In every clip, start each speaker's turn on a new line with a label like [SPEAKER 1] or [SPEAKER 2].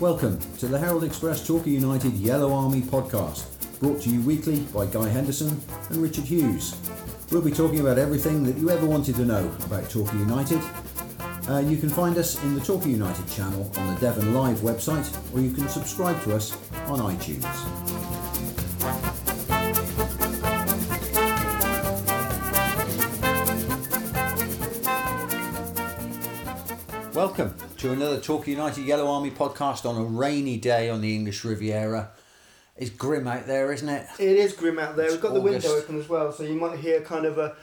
[SPEAKER 1] Welcome to the Herald Express Talker United Yellow Army podcast, brought to you weekly by Guy Henderson and Richard Hughes. We'll be talking about everything that you ever wanted to know about Talker United. Uh, you can find us in the Talker United channel on the Devon Live website, or you can subscribe to us on iTunes. Welcome to another Talk United Yellow Army podcast on a rainy day on the English Riviera. It's grim out there, isn't it?
[SPEAKER 2] It is grim out there.
[SPEAKER 1] It's
[SPEAKER 2] We've got the window
[SPEAKER 1] August.
[SPEAKER 2] open as well, so you might hear kind of a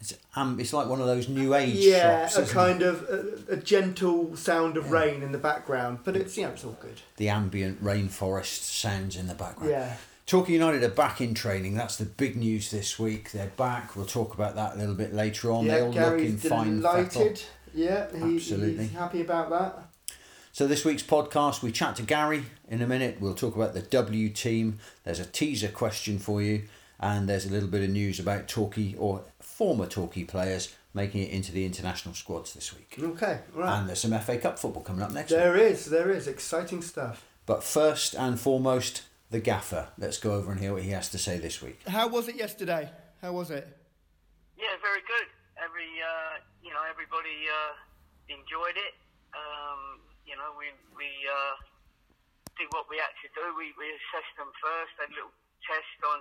[SPEAKER 1] It's um, it's like one of those new age
[SPEAKER 2] yeah,
[SPEAKER 1] shops.
[SPEAKER 2] a
[SPEAKER 1] isn't it?
[SPEAKER 2] kind of a, a gentle sound of rain in the background, but it's you know it's all good.
[SPEAKER 1] The ambient rainforest sounds in the background.
[SPEAKER 2] Yeah,
[SPEAKER 1] Talking United are back in training. That's the big news this week. They're back. We'll talk about that a little bit later on. they
[SPEAKER 2] yeah.
[SPEAKER 1] all
[SPEAKER 2] Gary's
[SPEAKER 1] look in fine fettle.
[SPEAKER 2] delighted. Yeah, he,
[SPEAKER 1] Absolutely.
[SPEAKER 2] he's happy about that.
[SPEAKER 1] So this week's podcast, we chat to Gary in a minute. We'll talk about the W team. There's a teaser question for you, and there's a little bit of news about Torquay or former Torquay players making it into the international squads this week.
[SPEAKER 2] Okay, all right.
[SPEAKER 1] And there's some FA Cup football coming up next. week.
[SPEAKER 2] There is, there is exciting stuff.
[SPEAKER 1] But first and foremost, the gaffer. Let's go over and hear what he has to say this week.
[SPEAKER 2] How was it yesterday? How was it?
[SPEAKER 3] Yeah, very good. Every uh, you know, everybody uh, enjoyed it. Um, you know, we we uh, did what we had to do. We we assessed them first. Had a little test on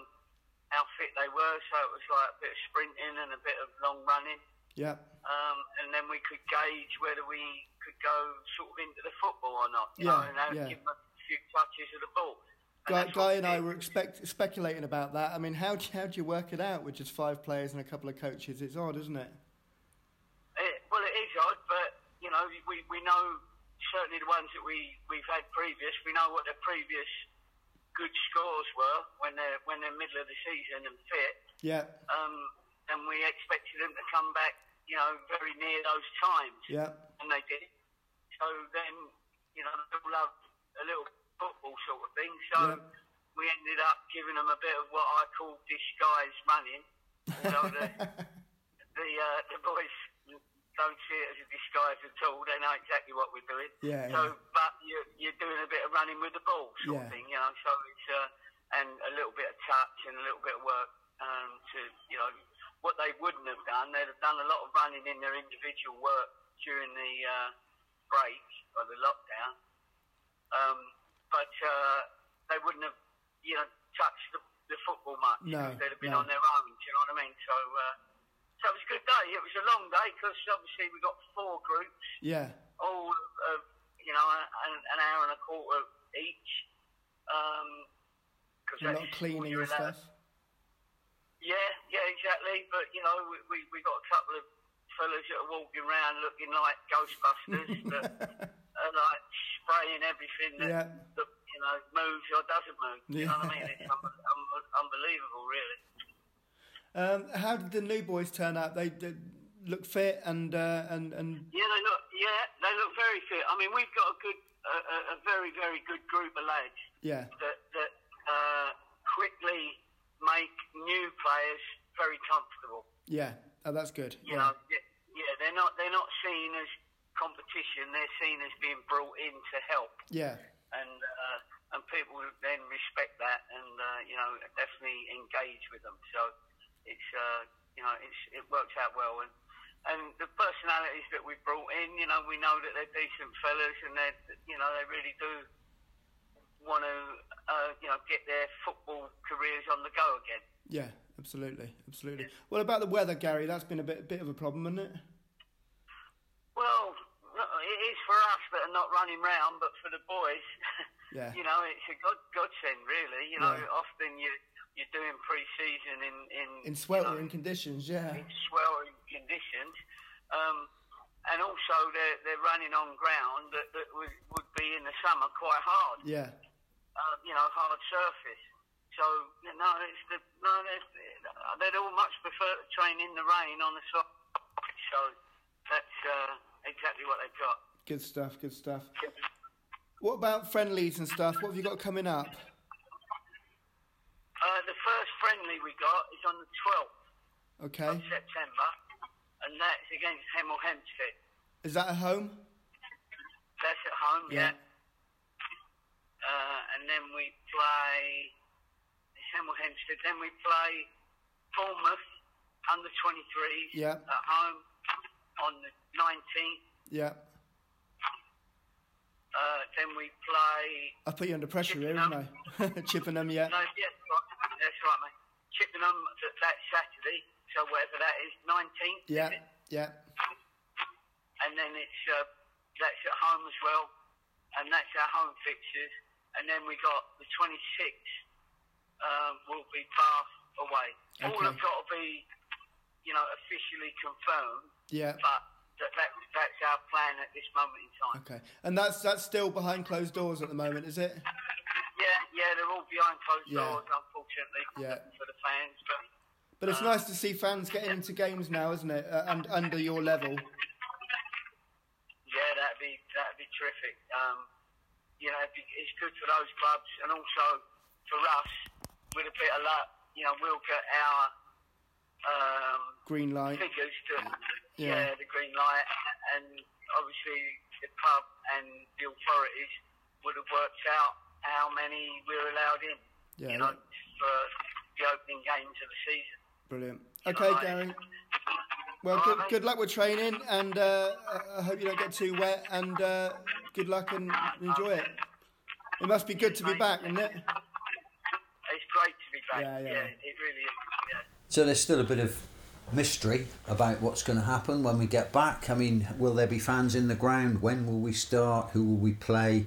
[SPEAKER 3] how fit they were. So it was like a bit of sprinting and a bit of long running.
[SPEAKER 2] Yeah,
[SPEAKER 3] Um, and then we could gauge whether we could go sort of into the football or not.
[SPEAKER 2] Yeah,
[SPEAKER 3] You know, and then
[SPEAKER 2] yeah.
[SPEAKER 3] give them a few touches of the ball.
[SPEAKER 4] Guy,
[SPEAKER 3] that's
[SPEAKER 4] Guy
[SPEAKER 3] what we
[SPEAKER 4] and I
[SPEAKER 3] did.
[SPEAKER 4] were expect, speculating about that. I mean, how do, how do you work it out with just five players and a couple of coaches? It's odd, isn't it?
[SPEAKER 3] It, Eh, well, it is odd, but you know, we, we know certainly the ones that we we've had previous. We know what their previous good scores were when they're when they're middle of the season and fit,
[SPEAKER 4] Yeah,
[SPEAKER 3] um, and we expected them to come back, you know, very near those times,
[SPEAKER 4] yeah,
[SPEAKER 3] and they did. So then, you know, they all love a little football sort of thing. So
[SPEAKER 4] Yeah.
[SPEAKER 3] we ended up giving them a bit of what I call disguised running. although the- the uh, the boys don't see it as a disguise at all. They know exactly what we're doing.
[SPEAKER 4] Yeah,
[SPEAKER 3] So,
[SPEAKER 4] yeah.
[SPEAKER 3] but you're, you're doing a bit of running with the ball, sort
[SPEAKER 4] Yeah.
[SPEAKER 3] of thing, you know. So it's uh, and a little bit of touch and a little bit of work um, to you know what they wouldn't have done. They'd have done a lot of running in their individual work during the uh, break or the lockdown. Um, but uh, they wouldn't have, you know, touched the, the football much.
[SPEAKER 4] No,
[SPEAKER 3] They'd have been
[SPEAKER 4] no.
[SPEAKER 3] on their own. Do you know what I mean? So, uh, so it was a good day. It was a long day because obviously we got four groups,
[SPEAKER 4] yeah,
[SPEAKER 3] all of you know an, an hour and a quarter each. Um, cause
[SPEAKER 4] a lot of
[SPEAKER 3] that's what
[SPEAKER 4] cleaning
[SPEAKER 3] you're
[SPEAKER 4] and
[SPEAKER 3] allowed-
[SPEAKER 4] stuff.
[SPEAKER 3] Yeah, yeah, exactly. But you know, we we, we got a couple of fellas that are walking around looking like Ghostbusters that are like spraying everything that
[SPEAKER 4] Yeah,
[SPEAKER 3] that you know moves or doesn't move. You know what I mean? It's un- un- unbelievable, really.
[SPEAKER 4] um, how did the new boys turn up? They did look fit and uh, and and
[SPEAKER 3] Yeah, they look. Yeah, they look very fit. I mean, we've got a good, a, a, a very, very good group of lads
[SPEAKER 4] yeah,
[SPEAKER 3] that that uh, quickly make new players very comfortable.
[SPEAKER 4] yeah. Oh, that's good.
[SPEAKER 3] You know, y- yeah, they're not they're not seen as competition. They're seen as being brought in to help.
[SPEAKER 4] yeah,
[SPEAKER 3] and uh, and people then respect that and uh, you know definitely engage with them. So it's uh, you know it's it works out well and and the personalities that we brought in, you know, we know that they're decent fellas and they you know they really do want to uh, you know get their football careers on the go again.
[SPEAKER 4] yeah. Absolutely, absolutely. What about the weather, Gary? That's been a bit bit of a problem, isn't it?
[SPEAKER 3] Well, it is for us that are not running round, but for the boys,
[SPEAKER 4] Yeah.
[SPEAKER 3] you know, it's a god godsend, really. You know,
[SPEAKER 4] Yeah.
[SPEAKER 3] often you you're doing pre-season in in
[SPEAKER 4] In
[SPEAKER 3] you know,
[SPEAKER 4] sweltering conditions, yeah,
[SPEAKER 3] in sweltering conditions, um, and also they're they're running on ground that, that would, would be in the summer quite hard
[SPEAKER 4] yeah,
[SPEAKER 3] uh, you know, hard surface. So no, it's the no, they'd, they'd all much prefer to train in the rain on the soft. So that's uh, exactly what they've got.
[SPEAKER 4] good stuff, good stuff. What about friendlies and stuff? What have you got coming up?
[SPEAKER 3] Uh, the first friendly we got is on the 12th of
[SPEAKER 4] Okay.
[SPEAKER 3] September, and that's against Hemel Hempstead.
[SPEAKER 4] Is that a home?
[SPEAKER 3] That's at home, yeah. Uh, and then we play Hemel Hempstead. Then we play Bournemouth under 23s
[SPEAKER 4] Yeah.
[SPEAKER 3] at home on the 19th.
[SPEAKER 4] Yeah.
[SPEAKER 3] Uh, then we play.
[SPEAKER 4] I put you under pressure here, haven't I? Chippenham, yeah.
[SPEAKER 3] No, yes, right, that's right, mate. Chippenham th- that Saturday, so whatever that is, 19th. is
[SPEAKER 4] Yeah,
[SPEAKER 3] it?
[SPEAKER 4] yeah.
[SPEAKER 3] and then it's uh, that's at home as well, and that's our home fixtures. And then we got the 26th um, will be Bath away. All
[SPEAKER 4] Okay.
[SPEAKER 3] have got to be, you know, officially confirmed.
[SPEAKER 4] Yeah.
[SPEAKER 3] But that, that that's our plan at this moment in time.
[SPEAKER 4] Okay. And that's that's still behind closed doors at the moment, is it?
[SPEAKER 3] Yeah, yeah, they're all behind closed
[SPEAKER 4] Yeah.
[SPEAKER 3] doors, unfortunately,
[SPEAKER 4] Yeah.
[SPEAKER 3] for the fans. But
[SPEAKER 4] But it's nice to see fans getting into games now, isn't it? Uh, and under your level.
[SPEAKER 3] yeah, that'd be that'd be terrific. Um, you know, it'd be, it's good for those clubs, and also for us. With a bit of luck, you know, we'll get our um,
[SPEAKER 4] Green light.
[SPEAKER 3] figures to
[SPEAKER 4] Yeah.
[SPEAKER 3] yeah. the green light, and obviously the club and the authorities would have worked out how many we're allowed in.
[SPEAKER 4] Yeah.
[SPEAKER 3] You know, for the opening games of the season.
[SPEAKER 4] Brilliant. Okay, Gary.
[SPEAKER 3] Right.
[SPEAKER 4] Well, good, good luck with training, and uh, I- I hope you don't get too wet. And uh, good luck and enjoy it. It must be good to be back, isn't it?
[SPEAKER 3] It's great to be back.
[SPEAKER 4] Yeah, yeah.
[SPEAKER 3] yeah it really is. Yeah.
[SPEAKER 1] So there's still a bit of mystery about what's going to happen when we get back. I mean, will there be fans in the ground? When will we start? Who will we play?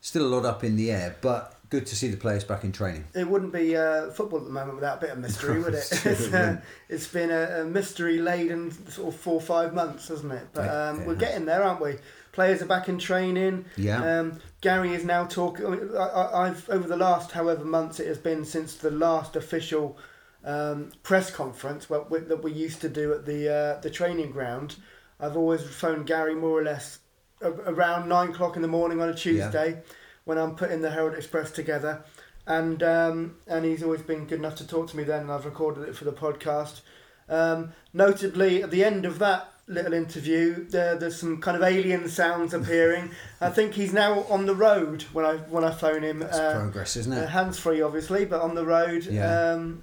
[SPEAKER 1] Still a lot up in the air, but good to see the players back in training.
[SPEAKER 4] It wouldn't be uh, football at the moment without a bit of mystery, would it? it's, uh, it's been a, a mystery laden sort of four or five months, hasn't it? But
[SPEAKER 1] Yeah,
[SPEAKER 4] um,
[SPEAKER 1] it
[SPEAKER 4] we're
[SPEAKER 1] has.
[SPEAKER 4] getting there, aren't we? Players are back in training.
[SPEAKER 1] Yeah.
[SPEAKER 4] Um, Gary is now talking. I mean, I, I, I've over the last however months it has been since the last official um, press conference well, we, that we used to do at the uh, the training ground. I've always phoned Gary more or less a, around nine o'clock in the morning on a Tuesday when I'm putting the Herald Express together, and um, and he's always been good enough to talk to me then, and I've recorded it for the podcast. Um, notably, at the end of that little interview, there, there's some kind of alien sounds appearing. I think he's now on the road when I when I phone him. uh,
[SPEAKER 1] That's progress, isn't it?
[SPEAKER 4] hands free, obviously, but on the road
[SPEAKER 1] Yeah.
[SPEAKER 4] um,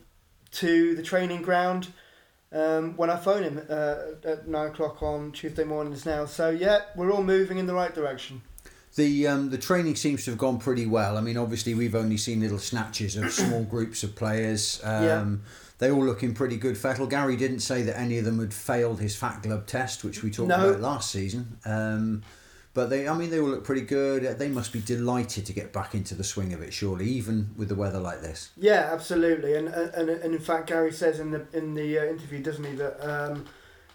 [SPEAKER 4] to the training ground um, when I phone him uh, at nine o'clock on Tuesday mornings now. So yeah, we're all moving in the right direction.
[SPEAKER 1] The um, the training seems to have gone pretty well. I mean, obviously we've only seen little snatches of small groups of players. Um,
[SPEAKER 4] Yeah.
[SPEAKER 1] They all looking pretty good. Fettle Gary didn't say that any of them had failed his Fat Glove test, which we talked
[SPEAKER 4] No.
[SPEAKER 1] about last season. Um, but they, I mean, they all look pretty good. They must be delighted to get back into the swing of it, surely, even with the weather like this.
[SPEAKER 4] Yeah, absolutely, and and, and in fact, Gary says in the in the uh, interview, doesn't he, that um,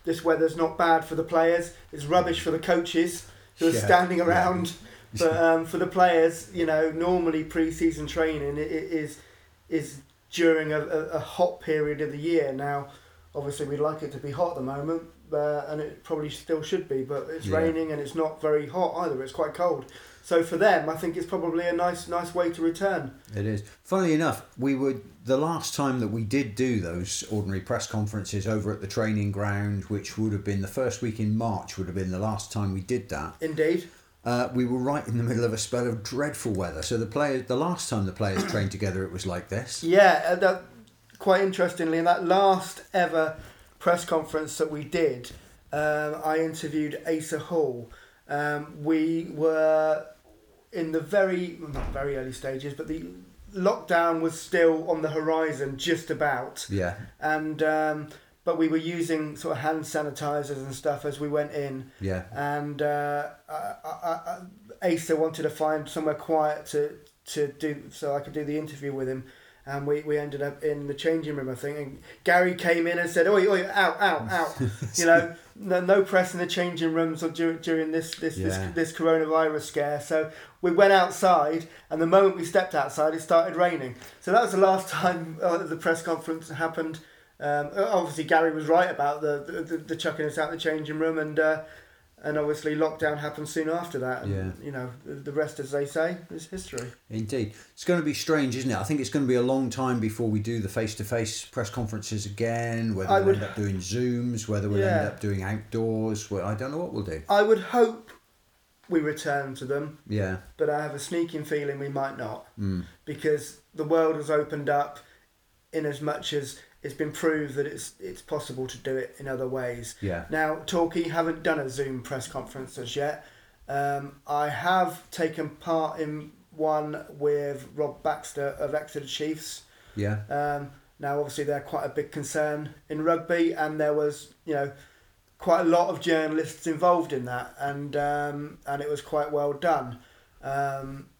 [SPEAKER 4] this weather's not bad for the players. It's rubbish for the coaches who are
[SPEAKER 1] Yeah.
[SPEAKER 4] standing around. But um, for the players, you know, normally pre-season training i- i- is is during a, a, a hot period of the year. Now, obviously, we'd like it to be hot at the moment, uh, and it probably still should be. But it's
[SPEAKER 1] Yeah.
[SPEAKER 4] raining and it's not very hot either. It's quite cold. So for them, I think it's probably a nice nice way to return.
[SPEAKER 1] It is. Funnily enough, we were the last time that we did do those ordinary press conferences over at the training ground, which would have been the first week in March. Would have been the last time we did that.
[SPEAKER 4] Indeed.
[SPEAKER 1] uh, we were right in the middle of a spell of dreadful weather. So the players, the last time the players trained together, it was like this.
[SPEAKER 4] Yeah, uh, that, quite interestingly, in that last ever press conference that we did, um, I interviewed Asa Hall. Um, we were in the very, well, not very early stages, but the lockdown was still on the horizon, just about
[SPEAKER 1] Yeah,
[SPEAKER 4] and um, but we were using sort of hand sanitizers and stuff as we went in.
[SPEAKER 1] Yeah.
[SPEAKER 4] And uh, I, I, I, Asa wanted to find somewhere quiet to to do so I could do the interview with him. And we, we ended up in the changing room, I think. And Gary came in and said, "Oi, oi, out, out, out!" you know, no, no press in the changing rooms or during, during this this,
[SPEAKER 1] Yeah.
[SPEAKER 4] this this coronavirus scare. So we went outside, and the moment we stepped outside, it started raining. So that was the last time uh, the press conference happened. Um, obviously, Gary was right about the the, the, the chucking us out the changing room, and uh, and obviously lockdown happened soon after that. And,
[SPEAKER 1] Yeah.
[SPEAKER 4] You know, the- the rest, as they say, is history.
[SPEAKER 1] indeed. It's going to be strange, isn't it? I think it's going to be a long time before we do the face-to-face press conferences again. Whether
[SPEAKER 4] I
[SPEAKER 1] we'll
[SPEAKER 4] would-
[SPEAKER 1] end up doing zooms, whether we'll
[SPEAKER 4] Yeah.
[SPEAKER 1] end up doing outdoors, well, I don't know what we'll do.
[SPEAKER 4] I would hope we return to them,
[SPEAKER 1] Yeah.
[SPEAKER 4] but I have a sneaking feeling we might not because the world has opened up in as much as it's been proved that it's it's possible to do it in other ways.
[SPEAKER 1] Yeah.
[SPEAKER 4] Now, Torquay haven't done a Zoom press conference as yet. Um, I have taken part in one with Rob Baxter of Exeter Chiefs.
[SPEAKER 1] Yeah.
[SPEAKER 4] Um, now, obviously, they're quite a big concern in rugby, and there was, you know, quite a lot of journalists involved in that, and um, and it was quite well done. Um,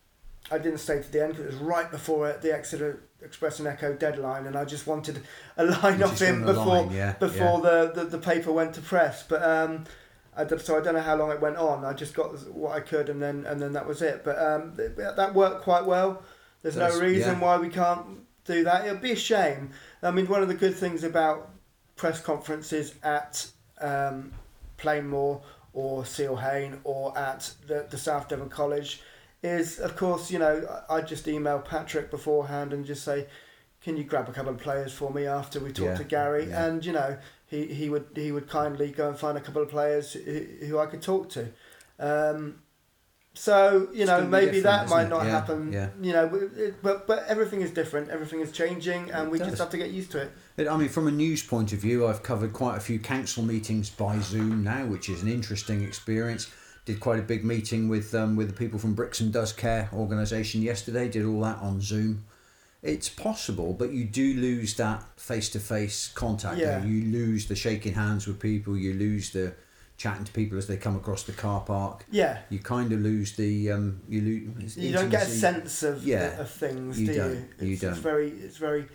[SPEAKER 4] I didn't stay to the end because it was right before the Exeter Express and Echo deadline, and I just wanted a line
[SPEAKER 1] You
[SPEAKER 4] off
[SPEAKER 1] just
[SPEAKER 4] him
[SPEAKER 1] wanted a
[SPEAKER 4] before
[SPEAKER 1] line, yeah,
[SPEAKER 4] before The, the the paper went to press. But um, I d so I don't know how long it went on. I just got what I could, and then and then that was it. But um, th- that worked quite well. There's
[SPEAKER 1] That's-
[SPEAKER 4] no reason
[SPEAKER 1] yeah.
[SPEAKER 4] why we can't do that. It'd be a shame. I mean, one of the good things about press conferences at um, Plainmoor or Seal Hain or at the, the South Devon College is, of course, you know, I I'd just email Patrick beforehand and just say, can you grab a couple of players for me after we talk
[SPEAKER 1] Yeah,
[SPEAKER 4] to Gary?
[SPEAKER 1] yeah.
[SPEAKER 4] And you know, he, he would he would kindly go and find a couple of players who, who I could talk to. Um, so you know,
[SPEAKER 1] gonna be
[SPEAKER 4] maybe
[SPEAKER 1] different,
[SPEAKER 4] that
[SPEAKER 1] isn't
[SPEAKER 4] might
[SPEAKER 1] it?
[SPEAKER 4] not
[SPEAKER 1] Yeah,
[SPEAKER 4] happen.
[SPEAKER 1] yeah.
[SPEAKER 4] You know, but- it- but but everything is different. Everything is changing, and
[SPEAKER 1] It
[SPEAKER 4] we
[SPEAKER 1] does.
[SPEAKER 4] just have to get used to it.
[SPEAKER 1] It, I mean, from a news point of view, I've covered quite a few council meetings by Zoom now, which is an interesting experience. Did quite a big meeting with um, with the people from Brixham Does Care organisation yesterday. Did all that on Zoom. It's possible, but you do lose that face to face contact. you know,
[SPEAKER 4] Yeah.
[SPEAKER 1] You lose the shaking hands with people. You lose the chatting to people as they come across the car park.
[SPEAKER 4] Yeah,
[SPEAKER 1] You kind of lose the um, you lose.
[SPEAKER 4] you don't get a sense of
[SPEAKER 1] Yeah.
[SPEAKER 4] of things,
[SPEAKER 1] You
[SPEAKER 4] do
[SPEAKER 1] don't.
[SPEAKER 4] you? It's,
[SPEAKER 1] You
[SPEAKER 4] It's
[SPEAKER 1] don't.
[SPEAKER 4] very it's very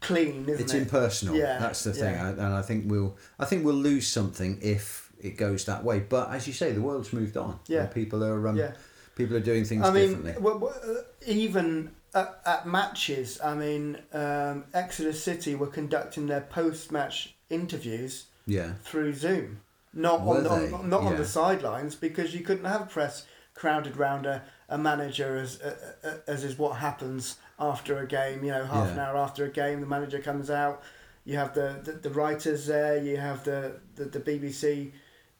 [SPEAKER 4] clean, isn't
[SPEAKER 1] it's
[SPEAKER 4] it?
[SPEAKER 1] impersonal.
[SPEAKER 4] Yeah,
[SPEAKER 1] that's the thing, I,
[SPEAKER 4] yeah.
[SPEAKER 1] and I think we'll I think we'll lose something if it goes that way. But as you say, the world's moved on.
[SPEAKER 4] Yeah.
[SPEAKER 1] and people are um,
[SPEAKER 4] Yeah.
[SPEAKER 1] people are doing things
[SPEAKER 4] I mean,
[SPEAKER 1] differently.
[SPEAKER 4] w- w- uh, even at, at matches, I mean, um, Exeter City were conducting their post-match interviews
[SPEAKER 1] Yeah,
[SPEAKER 4] through Zoom, not
[SPEAKER 1] Were
[SPEAKER 4] on the,
[SPEAKER 1] they?
[SPEAKER 4] on, not on
[SPEAKER 1] Yeah.
[SPEAKER 4] the sidelines because you couldn't have press crowded round a, a manager as uh, uh, as is what happens after a game. You know, half an
[SPEAKER 1] Yeah.
[SPEAKER 4] hour after a game, the manager comes out. You have the, the, the writers there. You have the, the, the BBC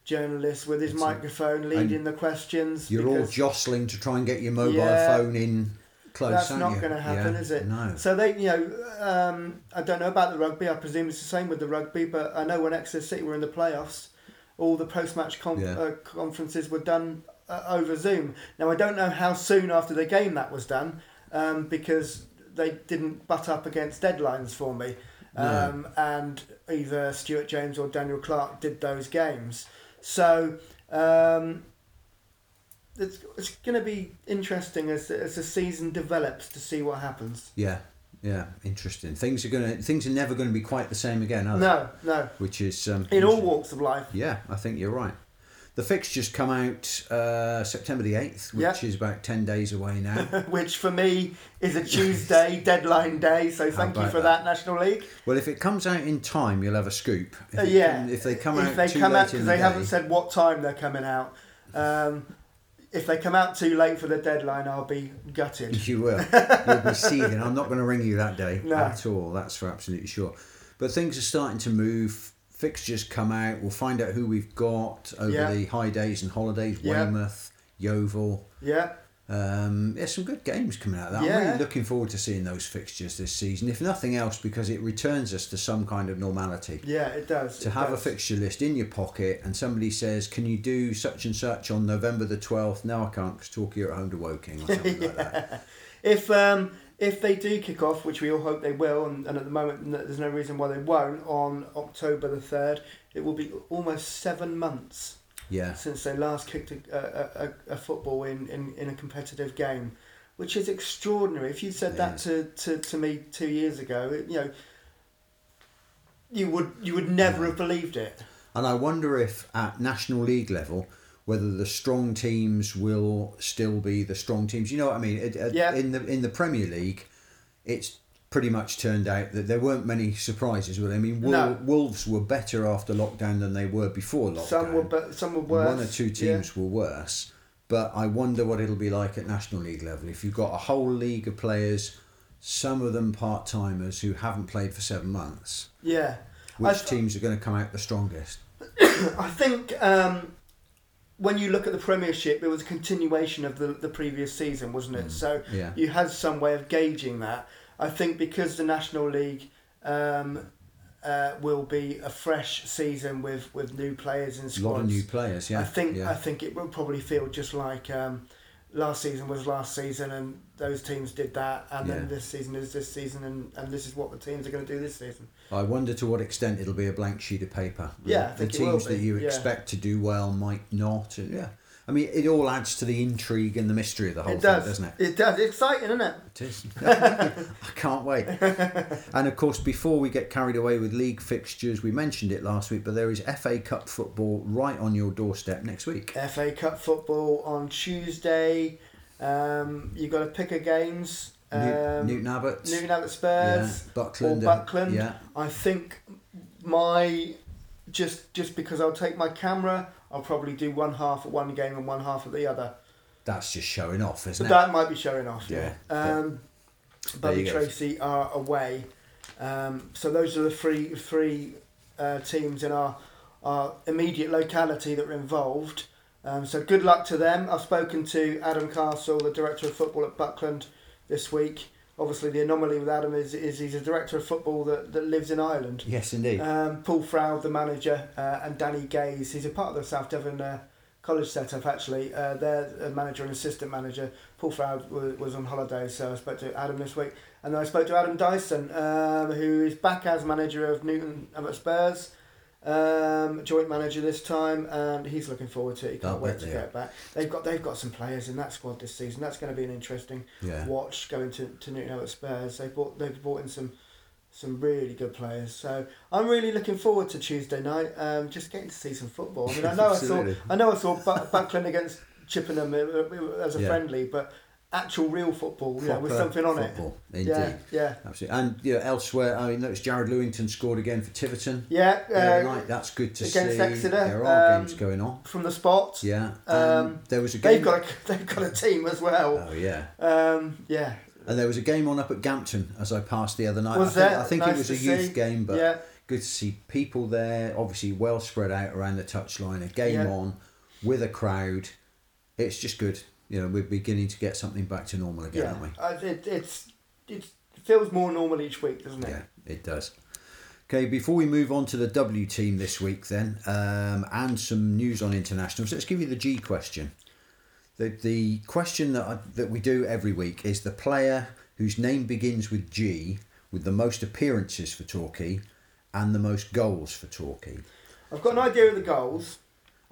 [SPEAKER 4] journalist with his
[SPEAKER 1] That's it.
[SPEAKER 4] microphone leading the questions.
[SPEAKER 1] you're all
[SPEAKER 4] because-
[SPEAKER 1] jostling to try and get your mobile
[SPEAKER 4] Yeah.
[SPEAKER 1] phone in close.
[SPEAKER 4] that's
[SPEAKER 1] aren't
[SPEAKER 4] not
[SPEAKER 1] you?
[SPEAKER 4] going to happen,
[SPEAKER 1] Yeah.
[SPEAKER 4] is it?
[SPEAKER 1] No.
[SPEAKER 4] So they, you know, um, I don't know about the rugby. I presume it's the same with the rugby, but I know when Exeter City were in the playoffs, all the post-match con
[SPEAKER 1] Yeah.
[SPEAKER 4] uh, conferences were done uh, over Zoom. Now I don't know how soon after the game that was done, um, because they didn't butt up against deadlines for me, um, and either Stuart James or Daniel Clark did those games. So. Um, it's, it's going to be interesting as as the season develops to see what happens.
[SPEAKER 1] Yeah, yeah, interesting. Things are gonna things are never going to be quite the same again, are they?
[SPEAKER 4] No, no,
[SPEAKER 1] Which is um,
[SPEAKER 4] in all
[SPEAKER 1] interesting.
[SPEAKER 4] walks of life.
[SPEAKER 1] Yeah, I think you're right. The fixtures come out uh, September the eighth, which
[SPEAKER 4] Yeah.
[SPEAKER 1] is about ten days away now.
[SPEAKER 4] Which for me is a Tuesday deadline day, so thank you
[SPEAKER 1] about
[SPEAKER 4] for
[SPEAKER 1] that?
[SPEAKER 4] that, National League.
[SPEAKER 1] Well, if it comes out in time, you'll have a scoop. If
[SPEAKER 4] Uh,
[SPEAKER 1] it
[SPEAKER 4] yeah,
[SPEAKER 1] come- if they come out
[SPEAKER 4] if they
[SPEAKER 1] too
[SPEAKER 4] come
[SPEAKER 1] late
[SPEAKER 4] out
[SPEAKER 1] in the
[SPEAKER 4] because they
[SPEAKER 1] day,
[SPEAKER 4] haven't said what time they're coming out. Um, if they come out too late for the deadline, I'll be gutted.
[SPEAKER 1] you will. You'll be seething. I'm not going to ring you that day
[SPEAKER 4] No.
[SPEAKER 1] at all. That's for absolutely sure. But things are starting to move. Fixtures come out. We'll find out who we've got over
[SPEAKER 4] Yeah.
[SPEAKER 1] the high days and holidays.
[SPEAKER 4] Yeah.
[SPEAKER 1] Weymouth, Yeovil.
[SPEAKER 4] Yeah,
[SPEAKER 1] Um, there's some good games coming out of that. I'm
[SPEAKER 4] Yeah.
[SPEAKER 1] really looking forward to seeing those fixtures this season, if nothing else, because it returns us to some kind of normality.
[SPEAKER 4] yeah, it does.
[SPEAKER 1] to
[SPEAKER 4] it
[SPEAKER 1] have a
[SPEAKER 4] does.
[SPEAKER 1] fixture list in your pocket and somebody says, Can you do such and such on November the 12th? No, I can't because Torquay are at home to Woking or something like that.
[SPEAKER 4] If um, if they do kick off, which we all hope they will, and, and at the moment n- there's no reason why they won't, on October the 3rd, it will be almost seven months
[SPEAKER 1] Yeah,
[SPEAKER 4] since they last kicked a, a, a, a football in, in, in a competitive game, which is extraordinary. If you said that to, to, to me two years ago, it, you know, you would you would never have believed it.
[SPEAKER 1] and I wonder if at National League level, whether the strong teams will still be the strong teams. You know what I mean? It, it-
[SPEAKER 4] Yeah.
[SPEAKER 1] In the in the Premier League, it's pretty much turned out that there weren't many surprises. Well, I mean, Wol-
[SPEAKER 4] No.
[SPEAKER 1] Wolves were better after lockdown than they were before lockdown.
[SPEAKER 4] Some were, but some were worse.
[SPEAKER 1] One or two
[SPEAKER 4] yeah.
[SPEAKER 1] teams were worse, but I wonder what it'll be like at National League level. If you've got a whole league of players, some of them part timers who haven't played for seven months,
[SPEAKER 4] Yeah. I
[SPEAKER 1] which
[SPEAKER 4] th-
[SPEAKER 1] teams are going to come out the strongest?
[SPEAKER 4] I think um, when you look at the Premiership, it was a continuation of the, the previous season, wasn't it? So
[SPEAKER 1] Mm. Yeah.
[SPEAKER 4] you had some way of gauging that. I think because the National League um, uh, will be a fresh season with, with new players and
[SPEAKER 1] A
[SPEAKER 4] squads.
[SPEAKER 1] lot of new players, yeah.
[SPEAKER 4] I think
[SPEAKER 1] yeah.
[SPEAKER 4] I think it will probably feel just like um, last season was last season, and those teams did that, and
[SPEAKER 1] Yeah.
[SPEAKER 4] then this season is this season, and, and this is what the teams are going to do this season.
[SPEAKER 1] I wonder to what extent it'll be a blank sheet of paper.
[SPEAKER 4] Yeah, I
[SPEAKER 1] the,
[SPEAKER 4] think
[SPEAKER 1] the
[SPEAKER 4] it will
[SPEAKER 1] teams that
[SPEAKER 4] be,
[SPEAKER 1] you
[SPEAKER 4] yeah.
[SPEAKER 1] expect to do well might not. and yeah, I mean, it all adds to the intrigue and the mystery of the whole
[SPEAKER 4] It
[SPEAKER 1] thing,
[SPEAKER 4] does,
[SPEAKER 1] doesn't it?
[SPEAKER 4] It does. It's exciting, isn't it?
[SPEAKER 1] It is. I can't wait. And of course, before we get carried away with league fixtures, we mentioned it last week, but there is FA Cup football right on your doorstep next week.
[SPEAKER 4] FA Cup football on Tuesday. Um, you got to pick a games. Um,
[SPEAKER 1] New Newton Abbott.
[SPEAKER 4] Newton Abbott Spurs
[SPEAKER 1] Yeah, Buckland
[SPEAKER 4] or
[SPEAKER 1] and-
[SPEAKER 4] Buckland.
[SPEAKER 1] yeah.
[SPEAKER 4] I think my just just because I'll take my camera, I'll probably do one half at one game and one half at the other.
[SPEAKER 1] That's just showing off, isn't
[SPEAKER 4] But
[SPEAKER 1] it?
[SPEAKER 4] that might be showing off.
[SPEAKER 1] Yeah.
[SPEAKER 4] Um,
[SPEAKER 1] There
[SPEAKER 4] Bobby
[SPEAKER 1] you go.
[SPEAKER 4] Tracy are away. Um, so those are the three three uh, teams in our our immediate locality that are involved. Um, so good luck to them. I've spoken to Adam Castle, the director of football at Buckland, this week. Obviously, the anomaly with Adam is, is he's a director of football that, that lives in Ireland.
[SPEAKER 1] Yes, indeed.
[SPEAKER 4] Um, Paul Froud, the manager, uh, and Danny Gaze. He's a part of the South Devon uh, college setup, actually. Uh, they're a manager and assistant manager. Paul Froud was, was on holiday, so I spoke to Adam this week. And then I spoke to Adam Dyson, um, who is back as manager of Newton Abbott Spurs, um, joint manager this time, and he's looking forward to it. He can't
[SPEAKER 1] I'll
[SPEAKER 4] wait
[SPEAKER 1] bet
[SPEAKER 4] to
[SPEAKER 1] they
[SPEAKER 4] get back. They've got they've got some players in that squad this season. That's going to be an interesting
[SPEAKER 1] Yeah.
[SPEAKER 4] watch going to, to Newton Abbott Spurs. They bought they've bought in some some really good players. So I'm really looking forward to Tuesday night. Um, just getting to see some football. I mean, I know I saw
[SPEAKER 1] Absolutely.
[SPEAKER 4] I know I saw Bu- Buckland against Chippenham uh, uh, as a
[SPEAKER 1] Yeah.
[SPEAKER 4] friendly, but actual real football, you know, with
[SPEAKER 1] Proper
[SPEAKER 4] something on
[SPEAKER 1] football,
[SPEAKER 4] it.
[SPEAKER 1] Indeed.
[SPEAKER 4] Yeah, yeah.
[SPEAKER 1] Absolutely. And you know, elsewhere, I mean, notice Jared Lewington scored again for Tiverton.
[SPEAKER 4] Yeah,
[SPEAKER 1] the other
[SPEAKER 4] uh,
[SPEAKER 1] night. That's good to
[SPEAKER 4] against
[SPEAKER 1] see.
[SPEAKER 4] Exeter,
[SPEAKER 1] There are
[SPEAKER 4] um,
[SPEAKER 1] games going on.
[SPEAKER 4] from the spot.
[SPEAKER 1] Yeah. Um,
[SPEAKER 4] Um,
[SPEAKER 1] there was a game.
[SPEAKER 4] they've got a, they've got a team as well.
[SPEAKER 1] oh yeah.
[SPEAKER 4] Um, yeah,
[SPEAKER 1] And there was a game on up at Gampton as I passed the other night.
[SPEAKER 4] Was
[SPEAKER 1] I think,
[SPEAKER 4] there?
[SPEAKER 1] I think
[SPEAKER 4] Nice
[SPEAKER 1] it was
[SPEAKER 4] to
[SPEAKER 1] a youth
[SPEAKER 4] see.
[SPEAKER 1] game, but
[SPEAKER 4] Yeah.
[SPEAKER 1] good to see people there. Obviously, well spread out around the touchline. A game
[SPEAKER 4] Yeah.
[SPEAKER 1] on with a crowd. It's just good. You know, we're beginning to get something back to normal again,
[SPEAKER 4] yeah.
[SPEAKER 1] aren't we?
[SPEAKER 4] Uh, it, it's it's it feels more normal each week, doesn't it?
[SPEAKER 1] Yeah, it does. Okay, before we move on to the W team this week, then, um, and some news on internationals, let's give you the G question. The, the question that, I, that we do every week is the player whose name begins with G, with the most appearances for Torquay and the most goals for Torquay.
[SPEAKER 4] I've got an idea of the goals.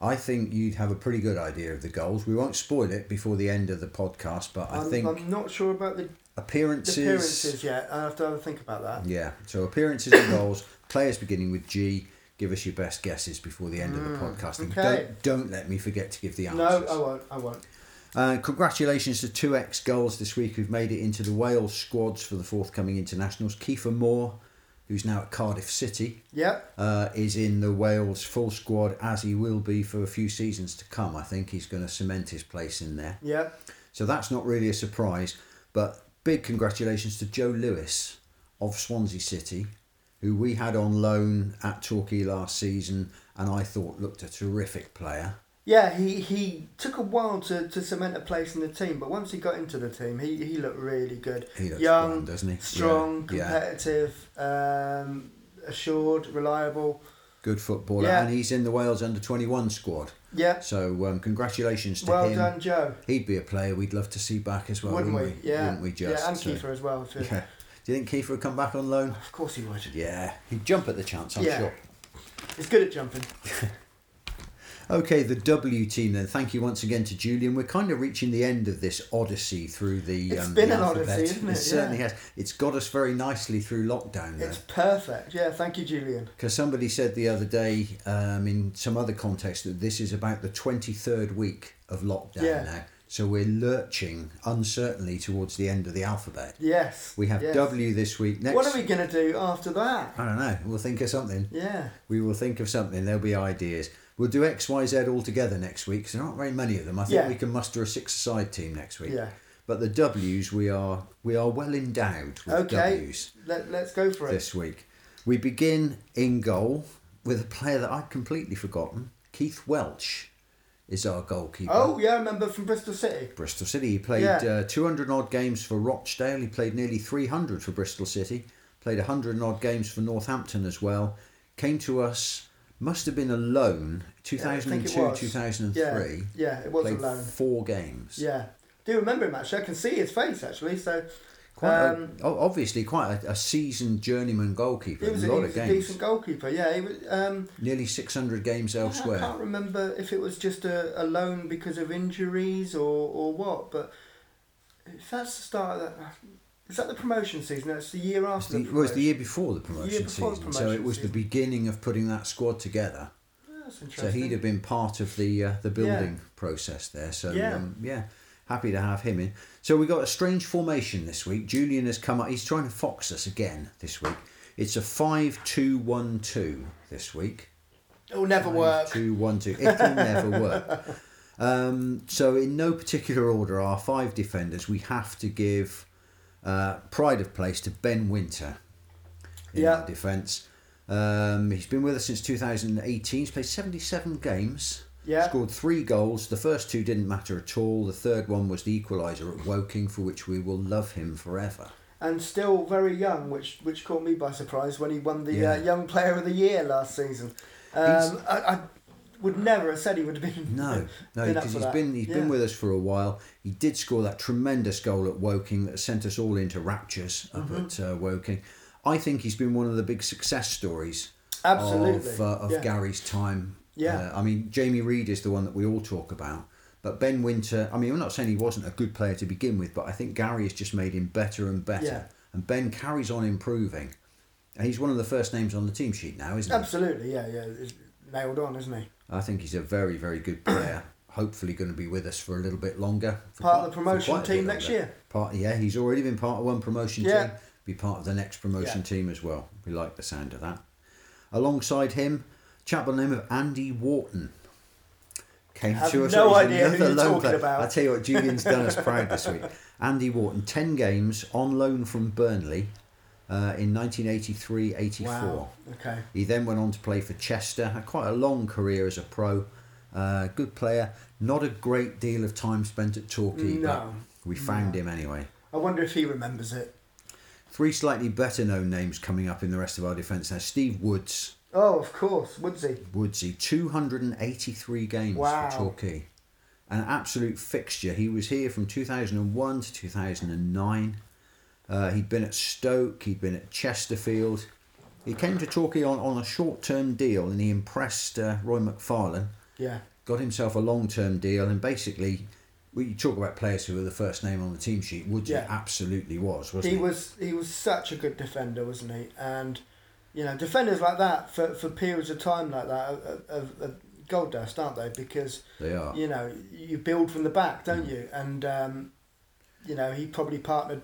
[SPEAKER 1] I think you'd have a pretty good idea of the goals. We won't spoil it before the end of the podcast, but I
[SPEAKER 4] I'm,
[SPEAKER 1] think
[SPEAKER 4] I'm not sure about the Um, the
[SPEAKER 1] appearances,
[SPEAKER 4] appearances yet. I have to have a think about that.
[SPEAKER 1] Yeah. So appearances and goals, players beginning with G. Give us your best guesses before the end of the podcast. And
[SPEAKER 4] Hmm, okay.
[SPEAKER 1] don't, don't let me forget to give the
[SPEAKER 4] No, oh.
[SPEAKER 1] answers.
[SPEAKER 4] I won't. I won't.
[SPEAKER 1] Uh, congratulations to two ex goals this week who've made it into the Wales squads for the forthcoming internationals. Kiefer Moore, who's now at Cardiff City,
[SPEAKER 4] Yep.
[SPEAKER 1] uh, is in the Wales full squad as he will be for a few seasons to come. I think he's going to cement his place in there.
[SPEAKER 4] Yep.
[SPEAKER 1] So that's not really a surprise, but big congratulations to Joe Lewis of Swansea City, who we had on loan at Torquay last season and I thought looked a terrific player.
[SPEAKER 4] Yeah, he, he took a while to, to cement a place in the team, but once he got into the team, he, he looked really good.
[SPEAKER 1] He looks
[SPEAKER 4] Young,
[SPEAKER 1] grand, doesn't he?
[SPEAKER 4] strong,
[SPEAKER 1] Yeah, yeah.
[SPEAKER 4] competitive, um, assured, reliable.
[SPEAKER 1] Good footballer,
[SPEAKER 4] Yeah.
[SPEAKER 1] and he's in the Wales under 21 squad.
[SPEAKER 4] Yeah.
[SPEAKER 1] So um, congratulations to
[SPEAKER 4] Well
[SPEAKER 1] him.
[SPEAKER 4] done, Joe.
[SPEAKER 1] He'd be a player we'd love to see back as well,
[SPEAKER 4] Wouldn't, we? Yeah.
[SPEAKER 1] Wouldn't we just?
[SPEAKER 4] yeah, and
[SPEAKER 1] So-
[SPEAKER 4] Kiefer as well. if it-
[SPEAKER 1] Yeah. Do you think Kiefer would come back on loan?
[SPEAKER 4] Of course he would.
[SPEAKER 1] Yeah, he'd jump at the chance, I'm
[SPEAKER 4] Yeah.
[SPEAKER 1] sure.
[SPEAKER 4] He's good at jumping.
[SPEAKER 1] Okay, the W team then. Thank you once again to Julian. We're kind of reaching the end of this odyssey through the.
[SPEAKER 4] It's
[SPEAKER 1] um,
[SPEAKER 4] been
[SPEAKER 1] the
[SPEAKER 4] an
[SPEAKER 1] alphabet.
[SPEAKER 4] odyssey, isn't it?
[SPEAKER 1] certainly
[SPEAKER 4] Yeah.
[SPEAKER 1] has. It's got us very nicely through lockdown, though.
[SPEAKER 4] It's perfect. Yeah, thank you, Julian.
[SPEAKER 1] Because somebody said the other day, um, in some other context, that this is about the 23rd week of lockdown
[SPEAKER 4] Yeah.
[SPEAKER 1] now. So we're lurching uncertainly towards the end of the alphabet.
[SPEAKER 4] Yes.
[SPEAKER 1] We have
[SPEAKER 4] yes.
[SPEAKER 1] W this week. Next,
[SPEAKER 4] What are we going to do after that?
[SPEAKER 1] I don't know. We'll think of something.
[SPEAKER 4] Yeah.
[SPEAKER 1] We will think of something. There'll be ideas. We'll do X, Y, Z all together next week 'cause there aren't very many of them. I think
[SPEAKER 4] Yeah.
[SPEAKER 1] we can muster a six-side team next week.
[SPEAKER 4] Yeah.
[SPEAKER 1] But the W's we are we are well endowed with
[SPEAKER 4] Okay.
[SPEAKER 1] W's
[SPEAKER 4] Let, let's go for it.
[SPEAKER 1] this week. We begin in goal with a player that I'd completely forgotten, Keith Welch, is our goalkeeper.
[SPEAKER 4] Oh yeah, I remember from Bristol City.
[SPEAKER 1] Bristol City. He played
[SPEAKER 4] Yeah.
[SPEAKER 1] uh, 200 odd games for Rochdale. He played nearly 300 for Bristol City. Played 100 and odd games for Northampton as well. Came to us, must have been a loan,
[SPEAKER 4] Yeah, I think it
[SPEAKER 1] 2002,
[SPEAKER 4] was.
[SPEAKER 1] 2003.
[SPEAKER 4] Yeah, yeah, it was a
[SPEAKER 1] Played
[SPEAKER 4] loan.
[SPEAKER 1] four games.
[SPEAKER 4] Yeah, do remember him actually. I can see his face actually. So
[SPEAKER 1] Quite a-
[SPEAKER 4] um,
[SPEAKER 1] o- obviously, quite a, a seasoned journeyman goalkeeper.
[SPEAKER 4] he was,
[SPEAKER 1] a
[SPEAKER 4] a, he
[SPEAKER 1] lot
[SPEAKER 4] was
[SPEAKER 1] of
[SPEAKER 4] a
[SPEAKER 1] games.
[SPEAKER 4] decent goalkeeper. Yeah, he was. Um,
[SPEAKER 1] Nearly 600 games
[SPEAKER 4] I
[SPEAKER 1] elsewhere.
[SPEAKER 4] can't remember if it was just a, a loan because of injuries or, or what, but if that's the start of that, is that the promotion season? That's the year
[SPEAKER 1] It's
[SPEAKER 4] after
[SPEAKER 1] the-
[SPEAKER 4] the
[SPEAKER 1] It was the
[SPEAKER 4] promotion.
[SPEAKER 1] year before the promotion
[SPEAKER 4] before the
[SPEAKER 1] season, so
[SPEAKER 4] promotion
[SPEAKER 1] it was
[SPEAKER 4] season.
[SPEAKER 1] the beginning of putting that squad together.
[SPEAKER 4] Yeah, that's
[SPEAKER 1] So
[SPEAKER 4] interesting.
[SPEAKER 1] he'd have been part of the uh, the building process there. So
[SPEAKER 4] Yeah.
[SPEAKER 1] um, yeah, happy to have him in. So we got a strange formation this week. Julian has come up. He's trying to fox us again this week. It's a five-two-one-two this week.
[SPEAKER 4] It'll never work.
[SPEAKER 1] Two one two. It'll never work. Um, so in no particular order, our five defenders we have to give uh, pride of place to Ben Winter in
[SPEAKER 4] Yeah.
[SPEAKER 1] our defence. Um, he's been with us since 2018. He's played 77 games.
[SPEAKER 4] Yeah.
[SPEAKER 1] Scored three goals. The first two didn't matter at all. The third one was the equaliser at Woking, for which we will love him forever.
[SPEAKER 4] and still very young, which which caught me by surprise when he won the
[SPEAKER 1] Yeah.
[SPEAKER 4] uh, Young Player of the Year last season.
[SPEAKER 1] He's-
[SPEAKER 4] Um, I, I would never have said he would have been.
[SPEAKER 1] No, no,
[SPEAKER 4] been up
[SPEAKER 1] because
[SPEAKER 4] for
[SPEAKER 1] he's
[SPEAKER 4] that.
[SPEAKER 1] been he's
[SPEAKER 4] Yeah.
[SPEAKER 1] been with us for a while. He did score that tremendous goal at Woking that sent us all into raptures up
[SPEAKER 4] Mm-hmm.
[SPEAKER 1] at uh, Woking. I think he's been one of the big success stories
[SPEAKER 4] Absolutely,
[SPEAKER 1] of, uh, of
[SPEAKER 4] yeah.
[SPEAKER 1] Gary's time.
[SPEAKER 4] Yeah.
[SPEAKER 1] Uh, I mean Jamie Reed is the one that we all talk about, but Ben Winter. I mean, I'm not saying he wasn't a good player to begin with, but I think Gary has just made him better and better,
[SPEAKER 4] Yeah.
[SPEAKER 1] and Ben carries on improving. And he's one of the first names on the team sheet now, isn't he?
[SPEAKER 4] Absolutely, yeah, yeah, it's nailed on, isn't he?
[SPEAKER 1] I think he's a very, very good player. Hopefully, going to be with us for a little bit longer. For
[SPEAKER 4] Part of the
[SPEAKER 1] for
[SPEAKER 4] promotion
[SPEAKER 1] quite a bit
[SPEAKER 4] team next
[SPEAKER 1] longer.
[SPEAKER 4] year.
[SPEAKER 1] Part, yeah, he's already been part of one promotion
[SPEAKER 4] Yeah.
[SPEAKER 1] team. Be part of the next promotion
[SPEAKER 4] Yeah.
[SPEAKER 1] team as well. We like the sound of that. Alongside him, chap by the name of Andy Wharton came
[SPEAKER 4] Have
[SPEAKER 1] to us.
[SPEAKER 4] no
[SPEAKER 1] He's
[SPEAKER 4] idea who
[SPEAKER 1] another
[SPEAKER 4] you're
[SPEAKER 1] loan
[SPEAKER 4] talking
[SPEAKER 1] player.
[SPEAKER 4] about.
[SPEAKER 1] I tell you what, Julian's done us proud this week. Andy Wharton, ten games on loan from Burnley uh, in 1983-84.
[SPEAKER 4] Okay.
[SPEAKER 1] He then went on to play for Chester, had quite a long career as a pro. Uh, good player, not a great deal of time spent at Torquay,
[SPEAKER 4] No,
[SPEAKER 1] but we found him anyway.
[SPEAKER 4] I wonder if he remembers it.
[SPEAKER 1] Three slightly better known names coming up in the rest of our defence now. Steve Woods,
[SPEAKER 4] Oh, of course, Woodsy.
[SPEAKER 1] Woodsy, 283 games
[SPEAKER 4] Wow.
[SPEAKER 1] for Torquay. An absolute fixture. He was here from 2001 to 2009. Uh, he'd been at Stoke, he'd been at Chesterfield. He came to Torquay on, on a short term deal and he impressed uh, Roy McFarlane,
[SPEAKER 4] Yeah,
[SPEAKER 1] got himself a long term deal, and basically, we you talk about players who were the first name on the team sheet. Woodsy
[SPEAKER 4] Yeah.
[SPEAKER 1] absolutely was, wasn't
[SPEAKER 4] he
[SPEAKER 1] he?
[SPEAKER 4] was he was such a good defender, wasn't he? And you know, defenders like that for, for periods of time like that are, are, are gold dust, aren't they? Because
[SPEAKER 1] They are.
[SPEAKER 4] you know, you build from the back, don't you? And um, you know, he probably partnered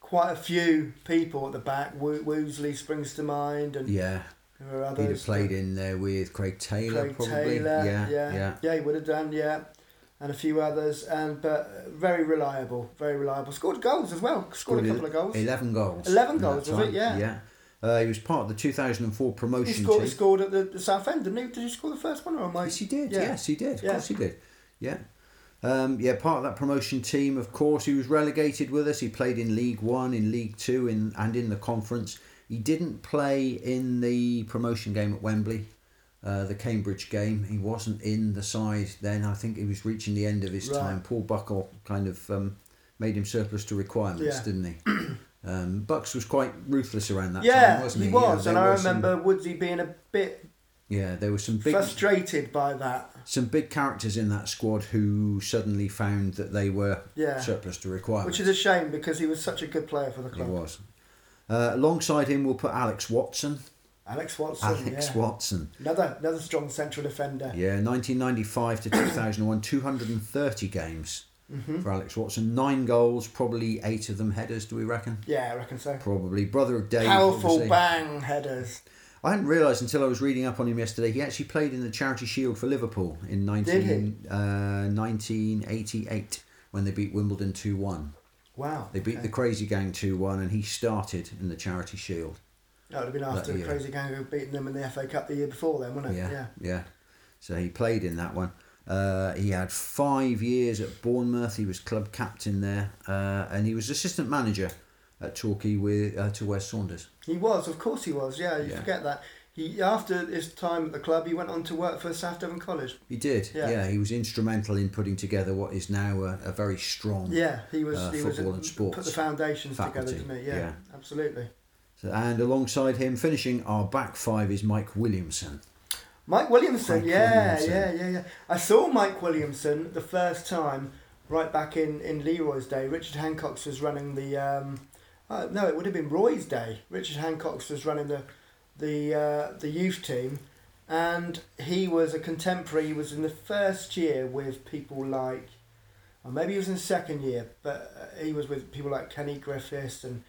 [SPEAKER 4] quite a few people at the back. Wo- Woosley springs to mind, and
[SPEAKER 1] Yeah,
[SPEAKER 4] there are
[SPEAKER 1] he'd have
[SPEAKER 4] others.
[SPEAKER 1] played in there with Craig Taylor,
[SPEAKER 4] Craig
[SPEAKER 1] probably.
[SPEAKER 4] Taylor,
[SPEAKER 1] yeah,
[SPEAKER 4] yeah,
[SPEAKER 1] yeah.
[SPEAKER 4] he would have done, yeah, and a few others. And but very reliable, very reliable. Scored goals as well. Scored a couple of goals.
[SPEAKER 1] 11 goals.
[SPEAKER 4] 11
[SPEAKER 1] in that
[SPEAKER 4] goals, was it?
[SPEAKER 1] time.
[SPEAKER 4] Yeah.
[SPEAKER 1] Yeah. Uh, he was part of the 2004
[SPEAKER 4] He
[SPEAKER 1] promotion
[SPEAKER 4] scored, he
[SPEAKER 1] team.
[SPEAKER 4] scored at the, the south end, didn't he? Did he score the first one or am I?
[SPEAKER 1] Yes, he Oh, did.
[SPEAKER 4] Yeah.
[SPEAKER 1] Yes, he did. Of
[SPEAKER 4] Yeah.
[SPEAKER 1] course, he did. Yeah. Um, yeah, part of that promotion team, of course. He was relegated with us. He played in League One, in League Two, in, and in the conference. He didn't play in the promotion game at Wembley, uh, the Cambridge game. He wasn't in the side then. I think he was reaching the end of his
[SPEAKER 4] Right.
[SPEAKER 1] time. Paul Buckle kind of um, made him surplus to requirements,
[SPEAKER 4] Yeah.
[SPEAKER 1] didn't he? Um, Bucks was quite ruthless around that
[SPEAKER 4] Yeah,
[SPEAKER 1] time, wasn't
[SPEAKER 4] he
[SPEAKER 1] he?
[SPEAKER 4] was,
[SPEAKER 1] Yeah,
[SPEAKER 4] and
[SPEAKER 1] there
[SPEAKER 4] I
[SPEAKER 1] were some-
[SPEAKER 4] remember Woodsy being a bit
[SPEAKER 1] yeah, there were some big
[SPEAKER 4] frustrated by that.
[SPEAKER 1] some big characters in that squad who suddenly found that they were
[SPEAKER 4] Yeah.
[SPEAKER 1] surplus to requirements.
[SPEAKER 4] Which is a shame because he was such a good player for the
[SPEAKER 1] he
[SPEAKER 4] club.
[SPEAKER 1] was. Uh, alongside him, we'll put Alex Watson.
[SPEAKER 4] Alex Watson.
[SPEAKER 1] Alex
[SPEAKER 4] yeah.
[SPEAKER 1] Watson.
[SPEAKER 4] Another another strong central defender.
[SPEAKER 1] Yeah, 1995 to 2001, 230 games
[SPEAKER 4] Mm-hmm.
[SPEAKER 1] for Alex Watson. Nine goals, probably eight of them headers, do we reckon?
[SPEAKER 4] Yeah, I reckon so.
[SPEAKER 1] Probably. Brother of Dave.
[SPEAKER 4] Powerful
[SPEAKER 1] obviously.
[SPEAKER 4] bang headers.
[SPEAKER 1] I hadn't realised until I was reading up on him yesterday. He actually played in the Charity Shield for Liverpool in 19, uh, 1988 when they beat Wimbledon 2 1.
[SPEAKER 4] Wow.
[SPEAKER 1] They beat the Crazy Gang 2 1, and he started in the Charity Shield.
[SPEAKER 4] That would have been after
[SPEAKER 1] that
[SPEAKER 4] the
[SPEAKER 1] year.
[SPEAKER 4] Uh, Crazy Gang who beaten them in the FA Cup the year before then, wouldn't it?
[SPEAKER 1] Yeah, yeah. So he played in that one. Uh, he had five years at Bournemouth. He was club captain there, uh, and he was assistant manager at Torquay with uh, to Wes Saunders.
[SPEAKER 4] He was, of course, he was. Yeah, you
[SPEAKER 1] Yeah.
[SPEAKER 4] forget that. He after his time at the club, he went on to work for South Devon College.
[SPEAKER 1] He did. Yeah,
[SPEAKER 4] Yeah.
[SPEAKER 1] he was instrumental in putting together what is now a, a very strong.
[SPEAKER 4] Yeah, he was.
[SPEAKER 1] Uh,
[SPEAKER 4] he was
[SPEAKER 1] football and sports
[SPEAKER 4] put the foundations
[SPEAKER 1] faculty,
[SPEAKER 4] together, didn't he? Yeah,
[SPEAKER 1] yeah.
[SPEAKER 4] absolutely.
[SPEAKER 1] So- and alongside him, finishing our back five is Mike Williamson.
[SPEAKER 4] Mike Williamson,
[SPEAKER 1] Mike
[SPEAKER 4] yeah,
[SPEAKER 1] Williamson.
[SPEAKER 4] yeah, yeah, yeah. I saw Mike Williamson the first time right back in, in Leroy's day. Richard Hancock's was running the, um, uh, no, it would have been Roy's day. Richard Hancock's was running the the uh, the youth team, and he was a contemporary. He was in the first year with people like, or maybe he was in second year, but uh, he was with people like Kenny Griffiths and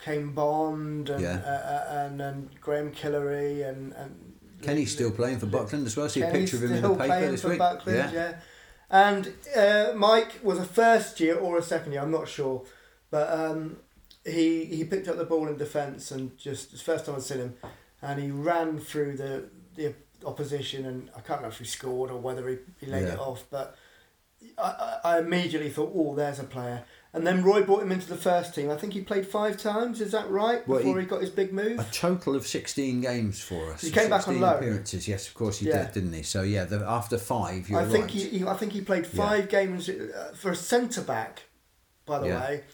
[SPEAKER 4] Kane Bond and
[SPEAKER 1] Yeah.
[SPEAKER 4] uh, uh, and, and Graham Killery and and
[SPEAKER 1] Kenny's still playing for Buckland as well. I see a
[SPEAKER 4] Kenny's
[SPEAKER 1] picture of him in the
[SPEAKER 4] still
[SPEAKER 1] paper
[SPEAKER 4] playing
[SPEAKER 1] this
[SPEAKER 4] for
[SPEAKER 1] week.
[SPEAKER 4] Buckland, yeah. And uh, Mike was a first year or a second year, I'm not sure, but um, he he picked up the ball in defence and just it's the first time I'd seen him, and he ran through the the opposition and I can't remember if he scored or whether he, he laid
[SPEAKER 1] Yeah.
[SPEAKER 4] it off, but I, I I immediately thought, oh, there's a player. And then Roy brought him into the first team. I think he played five times. Is that right?
[SPEAKER 1] Well,
[SPEAKER 4] Before
[SPEAKER 1] he-
[SPEAKER 4] he, got his big move.
[SPEAKER 1] A total of 16 games for us.
[SPEAKER 4] He came back on
[SPEAKER 1] 16
[SPEAKER 4] loan.
[SPEAKER 1] appearances, yes, of course he
[SPEAKER 4] Yeah.
[SPEAKER 1] did, didn't he? So, yeah, the, after five, you're
[SPEAKER 4] I think
[SPEAKER 1] right.
[SPEAKER 4] he, he, I think he played five games uh, for a centre back, by the
[SPEAKER 1] Yeah.
[SPEAKER 4] way,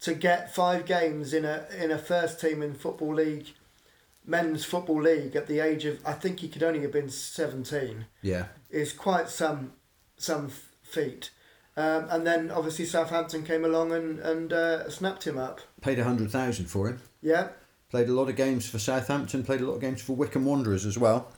[SPEAKER 4] to get five games in a in a first team in football league, men's football league at the age of I think he could only have been seventeen
[SPEAKER 1] Yeah,
[SPEAKER 4] is quite some some f- feat, um, and then obviously Southampton came along and and uh, snapped him up.
[SPEAKER 1] paid 100,000 for him.
[SPEAKER 4] Yeah,
[SPEAKER 1] Played a lot of games for Southampton, played a lot of games for Wickham Wanderers as well,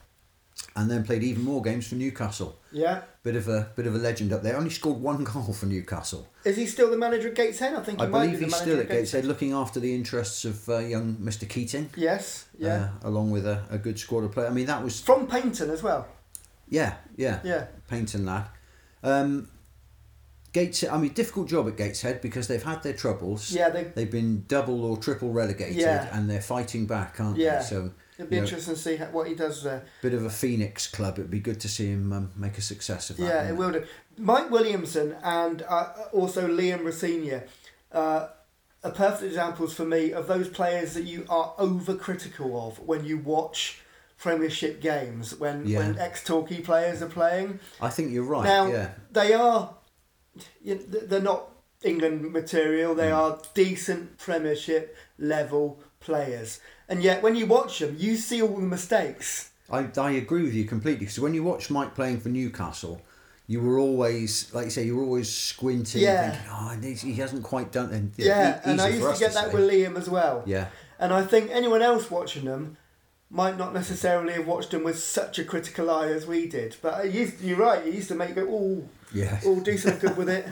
[SPEAKER 1] and then played even more games for Newcastle.
[SPEAKER 4] yeah.
[SPEAKER 1] Bit of a bit of a legend up there. Only scored one goal for Newcastle.
[SPEAKER 4] Is he still the manager at Gateshead? I think he
[SPEAKER 1] I
[SPEAKER 4] might
[SPEAKER 1] believe
[SPEAKER 4] be the
[SPEAKER 1] he's
[SPEAKER 4] manager
[SPEAKER 1] still at
[SPEAKER 4] Gateshead.
[SPEAKER 1] Gateshead, looking after the interests of uh, young Mr. Keating,
[SPEAKER 4] Yes, yeah.
[SPEAKER 1] uh, along with a, a good squad of players. I mean, that was
[SPEAKER 4] From Payton as well.
[SPEAKER 1] yeah, yeah,
[SPEAKER 4] Yeah.
[SPEAKER 1] Painting lad. Um, Gates. I mean, difficult job at Gateshead because they've had their troubles.
[SPEAKER 4] Yeah, they
[SPEAKER 1] They've been double or triple relegated,
[SPEAKER 4] Yeah.
[SPEAKER 1] and they're fighting back, aren't
[SPEAKER 4] Yeah.
[SPEAKER 1] they? So
[SPEAKER 4] It'll be
[SPEAKER 1] you know,
[SPEAKER 4] interesting to see how, what he does there.
[SPEAKER 1] bit of a phoenix club. It'd be good to see him um, make a success of that.
[SPEAKER 4] yeah, it
[SPEAKER 1] wouldn't
[SPEAKER 4] will do. Mike Williamson and uh, also Liam Rossignol uh, are perfect examples for me of those players that you are overcritical of when you watch Premiership games, when,
[SPEAKER 1] Yeah.
[SPEAKER 4] when ex-Torquay players are playing.
[SPEAKER 1] I think you're right.
[SPEAKER 4] now,
[SPEAKER 1] yeah,
[SPEAKER 4] they are, you know, they're not England material,
[SPEAKER 1] Mm.
[SPEAKER 4] they are decent Premiership level players. And yet, when you watch them, you see all the mistakes.
[SPEAKER 1] I, I agree with you completely. Because when you watch Mike playing for Newcastle, you were always, like you say, you were always squinting,
[SPEAKER 4] Yeah.
[SPEAKER 1] thinking, "Oh, and he's- he hasn't quite done." And
[SPEAKER 4] Yeah, and I
[SPEAKER 1] e-, easy for
[SPEAKER 4] used
[SPEAKER 1] us
[SPEAKER 4] to get that
[SPEAKER 1] say.
[SPEAKER 4] with Liam as well.
[SPEAKER 1] Yeah,
[SPEAKER 4] And I think anyone else watching them might not necessarily have watched them with such a critical eye as we did. But it used, you're right, it used to make you go, ooh,
[SPEAKER 1] yeah.
[SPEAKER 4] ooh, do something good with it.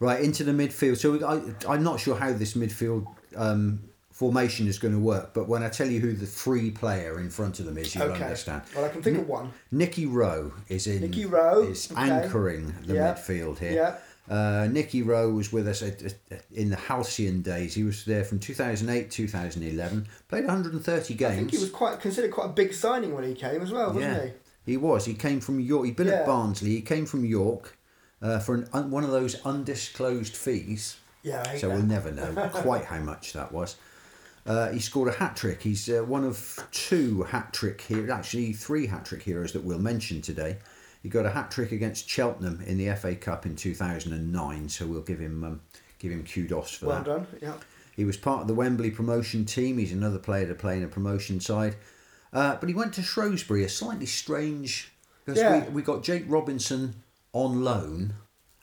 [SPEAKER 1] Right into the midfield. So we- I, I'm not sure how this midfield um, formation is going to work, but when I tell you who the free player in front of them is, you'll
[SPEAKER 4] okay.
[SPEAKER 1] understand.
[SPEAKER 4] Well, I can think of one.
[SPEAKER 1] Nicky Rowe is in.
[SPEAKER 4] Nicky Rowe,
[SPEAKER 1] is
[SPEAKER 4] okay.
[SPEAKER 1] anchoring the
[SPEAKER 4] Yeah.
[SPEAKER 1] midfield here.
[SPEAKER 4] Yeah.
[SPEAKER 1] Uh, Nicky Rowe was with us at, at- in the Halcyon days. He was there from 2008 2011. Played 130 games.
[SPEAKER 4] I think he was quite considered quite a big signing when he came as well, wasn't he?
[SPEAKER 1] He was. He came from York. He'd been at
[SPEAKER 4] Yeah.
[SPEAKER 1] Barnsley. He came from York uh, for an, un, one of those undisclosed fees.
[SPEAKER 4] Yeah, I hate
[SPEAKER 1] So
[SPEAKER 4] that.
[SPEAKER 1] we'll never know quite how much that was. Uh, he scored a hat trick. He's uh, one of two hat trick here, actually three hat trick heroes that we'll mention today. He got a hat trick against Cheltenham in the FA Cup in two thousand and nine. So we'll give him um, give him kudos for
[SPEAKER 4] Well
[SPEAKER 1] that.
[SPEAKER 4] done. Yeah.
[SPEAKER 1] He was part of the Wembley promotion team. He's another player to play in a promotion side. Uh, but he went to Shrewsbury, a slightly strange. Because
[SPEAKER 4] Yeah.
[SPEAKER 1] we, we got Jake Robinson on loan,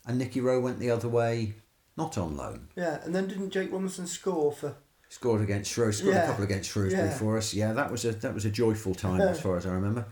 [SPEAKER 1] and Nicky Rowe went the other way, not on loan.
[SPEAKER 4] Yeah. And then didn't Jake Robinson score for
[SPEAKER 1] Scored against Shrewsbury, scored a
[SPEAKER 4] Yeah.
[SPEAKER 1] couple against Shrewsbury
[SPEAKER 4] Yeah.
[SPEAKER 1] for us. Yeah, that was a that was a joyful time as far as I remember.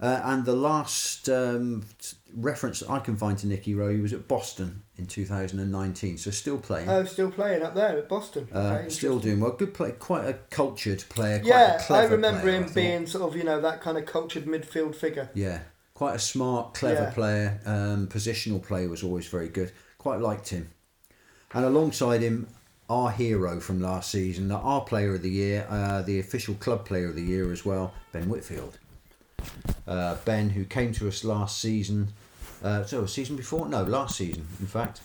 [SPEAKER 1] Uh, and the last um, t- reference I can find to Nicky Rowe, he was at Boston in 2019, so still playing.
[SPEAKER 4] Oh, still playing up there at Boston.
[SPEAKER 1] Uh,
[SPEAKER 4] Okay,
[SPEAKER 1] still doing well. Good play, quite a cultured player. Quite
[SPEAKER 4] Yeah,
[SPEAKER 1] a
[SPEAKER 4] I
[SPEAKER 1] clever
[SPEAKER 4] remember
[SPEAKER 1] player, I
[SPEAKER 4] him
[SPEAKER 1] thought.
[SPEAKER 4] being sort of, you know, that kind of cultured midfield figure.
[SPEAKER 1] Yeah, quite a smart, clever
[SPEAKER 4] Yeah.
[SPEAKER 1] player. Um, positional play was always very good. Quite liked him. And alongside him, our hero from last season, our player of the year, uh, the official club player of the year as well, Ben Whitfield. uh, Ben, who came to us last season. Uh, so, season before? No, last season, in fact.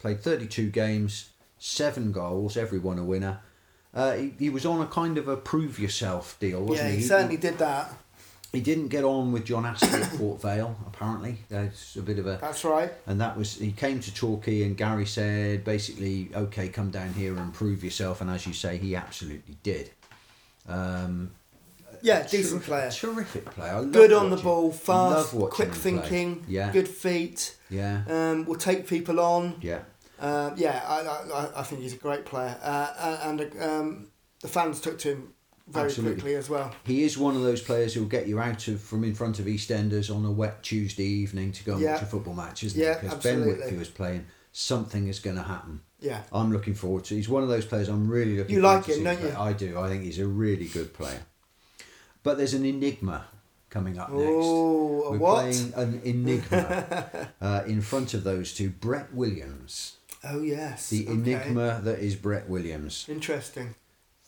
[SPEAKER 1] Played 32 games, seven goals, everyone a winner. Uh, he, he was on a kind of a prove yourself deal, wasn't
[SPEAKER 4] Yeah,
[SPEAKER 1] he?
[SPEAKER 4] he certainly did that.
[SPEAKER 1] He didn't get on with John Astley at Port Vale, apparently. There's a bit of a
[SPEAKER 4] That's right.
[SPEAKER 1] and that was he came to Torquay and Gary said basically okay come down here and prove yourself and as you say he absolutely did
[SPEAKER 4] Yeah, decent
[SPEAKER 1] Terrific-
[SPEAKER 4] player.
[SPEAKER 1] terrific player I love
[SPEAKER 4] Good on the
[SPEAKER 1] watching-
[SPEAKER 4] ball,
[SPEAKER 1] love
[SPEAKER 4] fast,
[SPEAKER 1] watching
[SPEAKER 4] quick
[SPEAKER 1] him play.
[SPEAKER 4] thinking,
[SPEAKER 1] yeah
[SPEAKER 4] good feet.
[SPEAKER 1] yeah
[SPEAKER 4] Um, will take people on.
[SPEAKER 1] yeah
[SPEAKER 4] Um, yeah, I, I, I- I think he's a great player, uh, and and, um, the fans took to him very
[SPEAKER 1] Absolutely.
[SPEAKER 4] quickly as well.
[SPEAKER 1] he is one of those players who'll get you out of from in front of EastEnders on a wet Tuesday evening to go and
[SPEAKER 4] Yeah.
[SPEAKER 1] watch a football match isn't
[SPEAKER 4] Yeah,
[SPEAKER 1] it because Ben
[SPEAKER 4] absolutely.
[SPEAKER 1] Whitby was playing something is going to happen
[SPEAKER 4] Yeah,
[SPEAKER 1] I'm looking forward to. He's one of those players I'm really looking.
[SPEAKER 4] You
[SPEAKER 1] forward
[SPEAKER 4] like
[SPEAKER 1] to
[SPEAKER 4] him,
[SPEAKER 1] seeing
[SPEAKER 4] don't
[SPEAKER 1] play.
[SPEAKER 4] you?
[SPEAKER 1] I do. I think he's a really good player. But there's an enigma coming up next.
[SPEAKER 4] Oh, a
[SPEAKER 1] We're
[SPEAKER 4] what?
[SPEAKER 1] playing an enigma uh, in front of those two. Brett Williams,
[SPEAKER 4] Oh yes.
[SPEAKER 1] the
[SPEAKER 4] Okay.
[SPEAKER 1] enigma that is Brett Williams.
[SPEAKER 4] Interesting.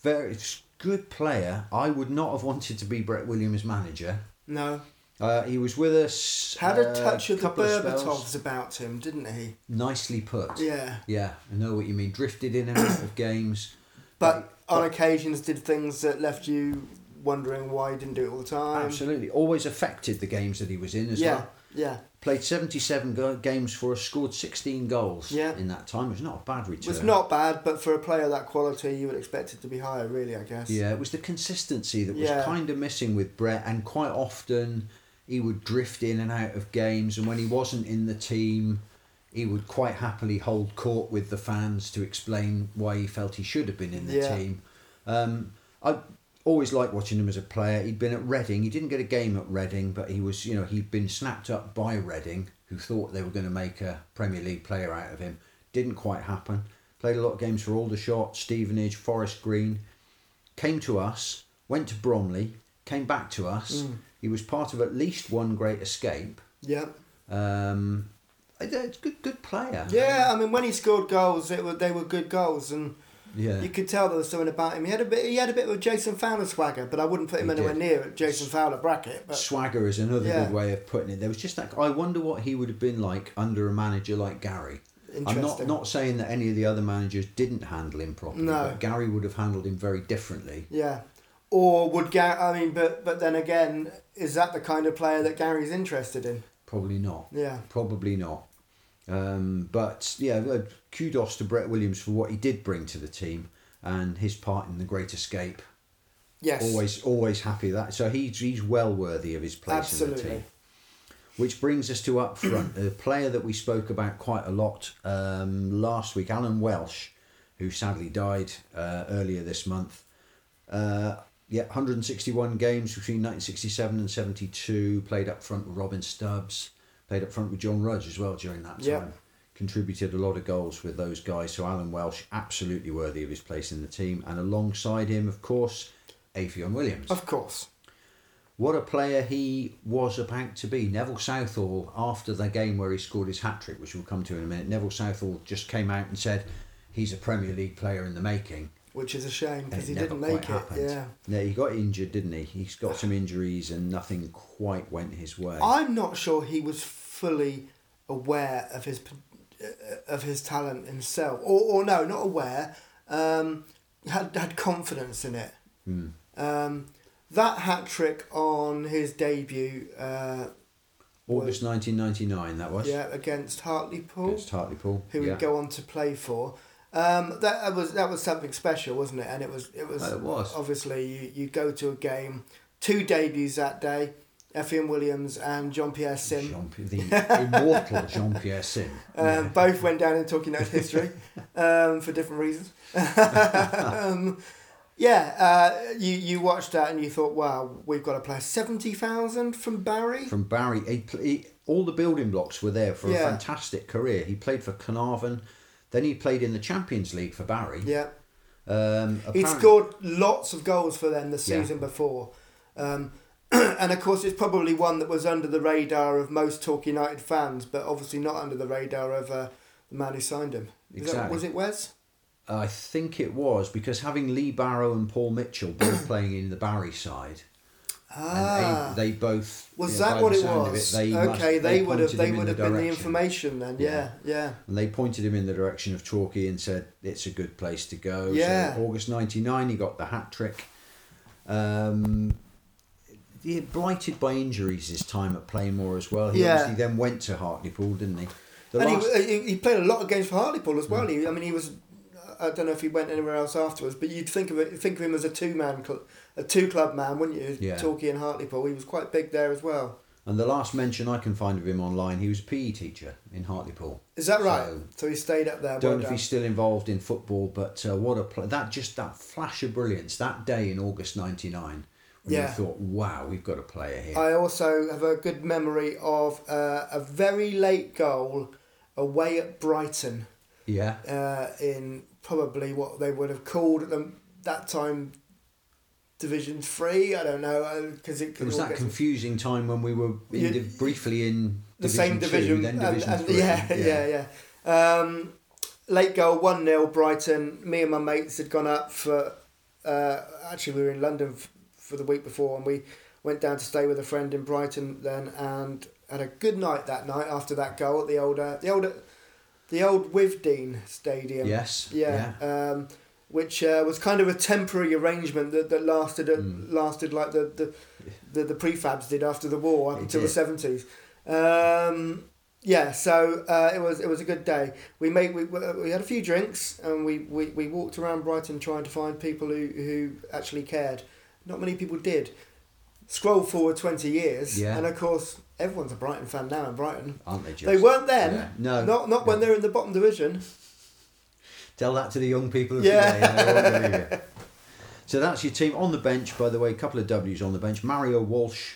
[SPEAKER 1] Very s- good player. I would not have wanted to be Brett Williams' manager.
[SPEAKER 4] No.
[SPEAKER 1] Uh, he was with us.
[SPEAKER 4] Had a
[SPEAKER 1] uh,
[SPEAKER 4] touch of the
[SPEAKER 1] couple spells.
[SPEAKER 4] Berbatovs about him, didn't he?
[SPEAKER 1] Nicely put.
[SPEAKER 4] Yeah.
[SPEAKER 1] Yeah, I know what you mean. Drifted in and out of games.
[SPEAKER 4] But on occasions did things that left you wondering why he didn't do it all the time.
[SPEAKER 1] Absolutely. Always affected the games that he was in as
[SPEAKER 4] Um, Yeah.
[SPEAKER 1] well.
[SPEAKER 4] Yeah.
[SPEAKER 1] Played 77 go- games for us, scored 16 goals
[SPEAKER 4] Yeah.
[SPEAKER 1] in that time. It was not a bad
[SPEAKER 4] It
[SPEAKER 1] return.
[SPEAKER 4] was not bad, but for a player of that quality, you would expect it to be higher, really, I guess.
[SPEAKER 1] Yeah, it was the consistency that was
[SPEAKER 4] Yeah.
[SPEAKER 1] kind of missing with Brett, and quite often he would drift in and out of games, and when he wasn't in the team, he would quite happily hold court with the fans to explain why he felt he should have been in the
[SPEAKER 4] Yeah.
[SPEAKER 1] team. Um, I always liked watching him as a player. He'd been at Reading. He didn't get a game at Reading, but he was, you know, he'd been snapped up by Reading, who thought they were going to make a Premier League player out of him. Didn't quite happen. Played a lot of games for Aldershot, Stevenage, Forest Green came to us, went to Bromley, came back to us.
[SPEAKER 4] Mm.
[SPEAKER 1] He was part of at least one great escape.
[SPEAKER 4] Yeah.
[SPEAKER 1] Um, I- that's a good, good player.
[SPEAKER 4] Yeah, I mean, when he scored goals, it were, they were good goals, and
[SPEAKER 1] yeah.
[SPEAKER 4] you could tell there was something about him. He had a bit, he had a bit of a Jason Fowler swagger, but I wouldn't put him
[SPEAKER 1] He
[SPEAKER 4] anywhere
[SPEAKER 1] did.
[SPEAKER 4] near Jason Fowler bracket. But
[SPEAKER 1] Swagger is another
[SPEAKER 4] Yeah.
[SPEAKER 1] good way of putting it. There was just that. I wonder what he would have been like under a manager like Gary. I'm not
[SPEAKER 4] Interesting.
[SPEAKER 1] not saying that any of the other managers didn't handle him properly,
[SPEAKER 4] No.
[SPEAKER 1] but Gary would have handled him very differently.
[SPEAKER 4] yeah, or would Gary? I mean, but but then again, is that the kind of player that Gary's interested in?
[SPEAKER 1] Probably not.
[SPEAKER 4] Yeah.
[SPEAKER 1] Probably not. Um, but yeah, uh, kudos to Brett Williams for what he did bring to the team and his part in the Great Escape.
[SPEAKER 4] Yes,
[SPEAKER 1] Always, always happy that. So he's he's well worthy of his place in the
[SPEAKER 4] absolutely.
[SPEAKER 1] team. Which brings us to up front, a player that we spoke about quite a lot um, last week, Alan Welsh, who sadly died uh, earlier this month. Uh, yeah, 161 games between 1967 and 72. Played up front with Robin Stubbs. Played up front with John Rudge as well during that time.
[SPEAKER 4] Yeah.
[SPEAKER 1] Contributed a lot of goals with those guys. So Alan Welsh, absolutely worthy of his place in the team. And alongside him, of course, Afion Williams.
[SPEAKER 4] Of course.
[SPEAKER 1] What a player he was about to be. Neville Southall, after the game where he scored his hat trick, which we'll come to in a minute, Neville Southall just came out and said, He's a Premier League player in the making.
[SPEAKER 4] Which is a shame
[SPEAKER 1] And
[SPEAKER 4] because he
[SPEAKER 1] never
[SPEAKER 4] didn't
[SPEAKER 1] quite
[SPEAKER 4] make it.
[SPEAKER 1] happened.
[SPEAKER 4] Yeah.
[SPEAKER 1] No, he got injured, didn't he? He's got some injuries and nothing quite went his way.
[SPEAKER 4] I'm not sure he was fully aware of his uh, of his talent himself, or, or no, not aware. Um, had had confidence in it.
[SPEAKER 1] Hmm.
[SPEAKER 4] Um, that hat trick on his debut, uh,
[SPEAKER 1] August 1999, that was.
[SPEAKER 4] yeah, against Hartlepool,
[SPEAKER 1] Against Hartlepool.
[SPEAKER 4] who
[SPEAKER 1] yeah.
[SPEAKER 4] would go on to play for. Um, that was that was something special, wasn't it? And it was it was,
[SPEAKER 1] Oh, it was.
[SPEAKER 4] obviously you, you go to a game, two debuts that day, Effiam Williams and John Pierre Sim.
[SPEAKER 1] Jean- the immortal Jean Pierre Sim.
[SPEAKER 4] Um, Both went down in Talking Notes history um, for different reasons. um, yeah, uh, you you watched that and you thought, wow, we've got a player seventy thousand from Barry.
[SPEAKER 1] from Barry. He, pl- he, all the building blocks were there for a
[SPEAKER 4] Yeah.
[SPEAKER 1] fantastic career. He played for Carnarvon, then he played in the Champions League for Barry.
[SPEAKER 4] yeah,
[SPEAKER 1] Um,
[SPEAKER 4] he
[SPEAKER 1] apparent-
[SPEAKER 4] scored lots of goals for them the
[SPEAKER 1] Yeah.
[SPEAKER 4] season before, um, and of course it's probably one that was under the radar of most Talk United fans, but obviously not under the radar of uh, the man who signed him. Was, that,
[SPEAKER 1] Exactly.
[SPEAKER 4] was it Wes?
[SPEAKER 1] I think it was because having Lee Barrow and Paul Mitchell both playing in the Barry side,
[SPEAKER 4] Ah.
[SPEAKER 1] and they, they both
[SPEAKER 4] Was
[SPEAKER 1] you know, by
[SPEAKER 4] that what
[SPEAKER 1] the
[SPEAKER 4] it
[SPEAKER 1] sound of
[SPEAKER 4] was?
[SPEAKER 1] they
[SPEAKER 4] okay,
[SPEAKER 1] must-
[SPEAKER 4] they, would
[SPEAKER 1] pointed him in
[SPEAKER 4] have they would
[SPEAKER 1] the
[SPEAKER 4] have been the
[SPEAKER 1] direction.
[SPEAKER 4] information then. Yeah, yeah.
[SPEAKER 1] and they pointed him in the direction of Torquay and said it's a good place to go.
[SPEAKER 4] Yeah.
[SPEAKER 1] So August '99, he got the hat trick. Um, he blighted by injuries his time at Playmore as well. He
[SPEAKER 4] Yeah.
[SPEAKER 1] obviously then went to Hartlepool, didn't he? Hmm. The
[SPEAKER 4] and
[SPEAKER 1] last-
[SPEAKER 4] he, he he played a lot of games for Hartlepool as well. He, I mean, he was. I don't know if he went anywhere else afterwards, but you'd think of it, think of him as a two man, cl- a two club man, wouldn't you?
[SPEAKER 1] Yeah.
[SPEAKER 4] Torquay and Hartlepool. He was quite big there as well.
[SPEAKER 1] and the last mention I can find of him online, he was a PE teacher in Hartlepool.
[SPEAKER 4] Is that right?
[SPEAKER 1] So-
[SPEAKER 4] So, he stayed up there.
[SPEAKER 1] don't
[SPEAKER 4] well
[SPEAKER 1] know if
[SPEAKER 4] done.
[SPEAKER 1] he's still involved in football, but uh, what a play! That just that flash of brilliance that day in August '99, when you
[SPEAKER 4] Yeah.
[SPEAKER 1] thought, "Wow, we've got a player here."
[SPEAKER 4] I also have a good memory of uh, a very late goal away at Brighton.
[SPEAKER 1] yeah,
[SPEAKER 4] uh, in probably what they would have called at the, that time Division Three. I don't know because it,
[SPEAKER 1] it was
[SPEAKER 4] all
[SPEAKER 1] that
[SPEAKER 4] gets-
[SPEAKER 1] confusing time when we were in
[SPEAKER 4] You-
[SPEAKER 1] div- briefly in
[SPEAKER 4] the
[SPEAKER 1] division
[SPEAKER 4] same
[SPEAKER 1] two,
[SPEAKER 4] division,
[SPEAKER 1] then
[SPEAKER 4] and-
[SPEAKER 1] division
[SPEAKER 4] and-
[SPEAKER 1] three.
[SPEAKER 4] yeah, yeah, yeah. Um, late goal one 0 Brighton. Me and my mates had gone up for. Uh, actually, we were in London f- for the week before, and we went down to stay with a friend in Brighton then, and had a good night that night after that goal at the older the older. The old Wivdean Stadium.
[SPEAKER 1] Yes.
[SPEAKER 4] yeah, Um, which uh, was kind of a temporary arrangement that, that lasted
[SPEAKER 1] Mm.
[SPEAKER 4] lasted like the, the, the, the prefabs did after the war up
[SPEAKER 1] It
[SPEAKER 4] until
[SPEAKER 1] did.
[SPEAKER 4] the seventies. Um, yeah, so uh, it was it was a good day. We made we, we had a few drinks and we, we, we walked around Brighton trying to find people who, who actually cared. Not many people did. Scroll forward twenty years,
[SPEAKER 1] Yeah.
[SPEAKER 4] and of course everyone's a Brighton fan now in Brighton.
[SPEAKER 1] Aren't they just?
[SPEAKER 4] They weren't then.
[SPEAKER 1] Yeah. No.
[SPEAKER 4] not not when
[SPEAKER 1] No.
[SPEAKER 4] they're in the bottom division.
[SPEAKER 1] Tell that to the young people of
[SPEAKER 4] Yeah.
[SPEAKER 1] today. and they won't believe it. So that's your team on the bench. By the way, a couple of W's on the bench. Mario Walsh.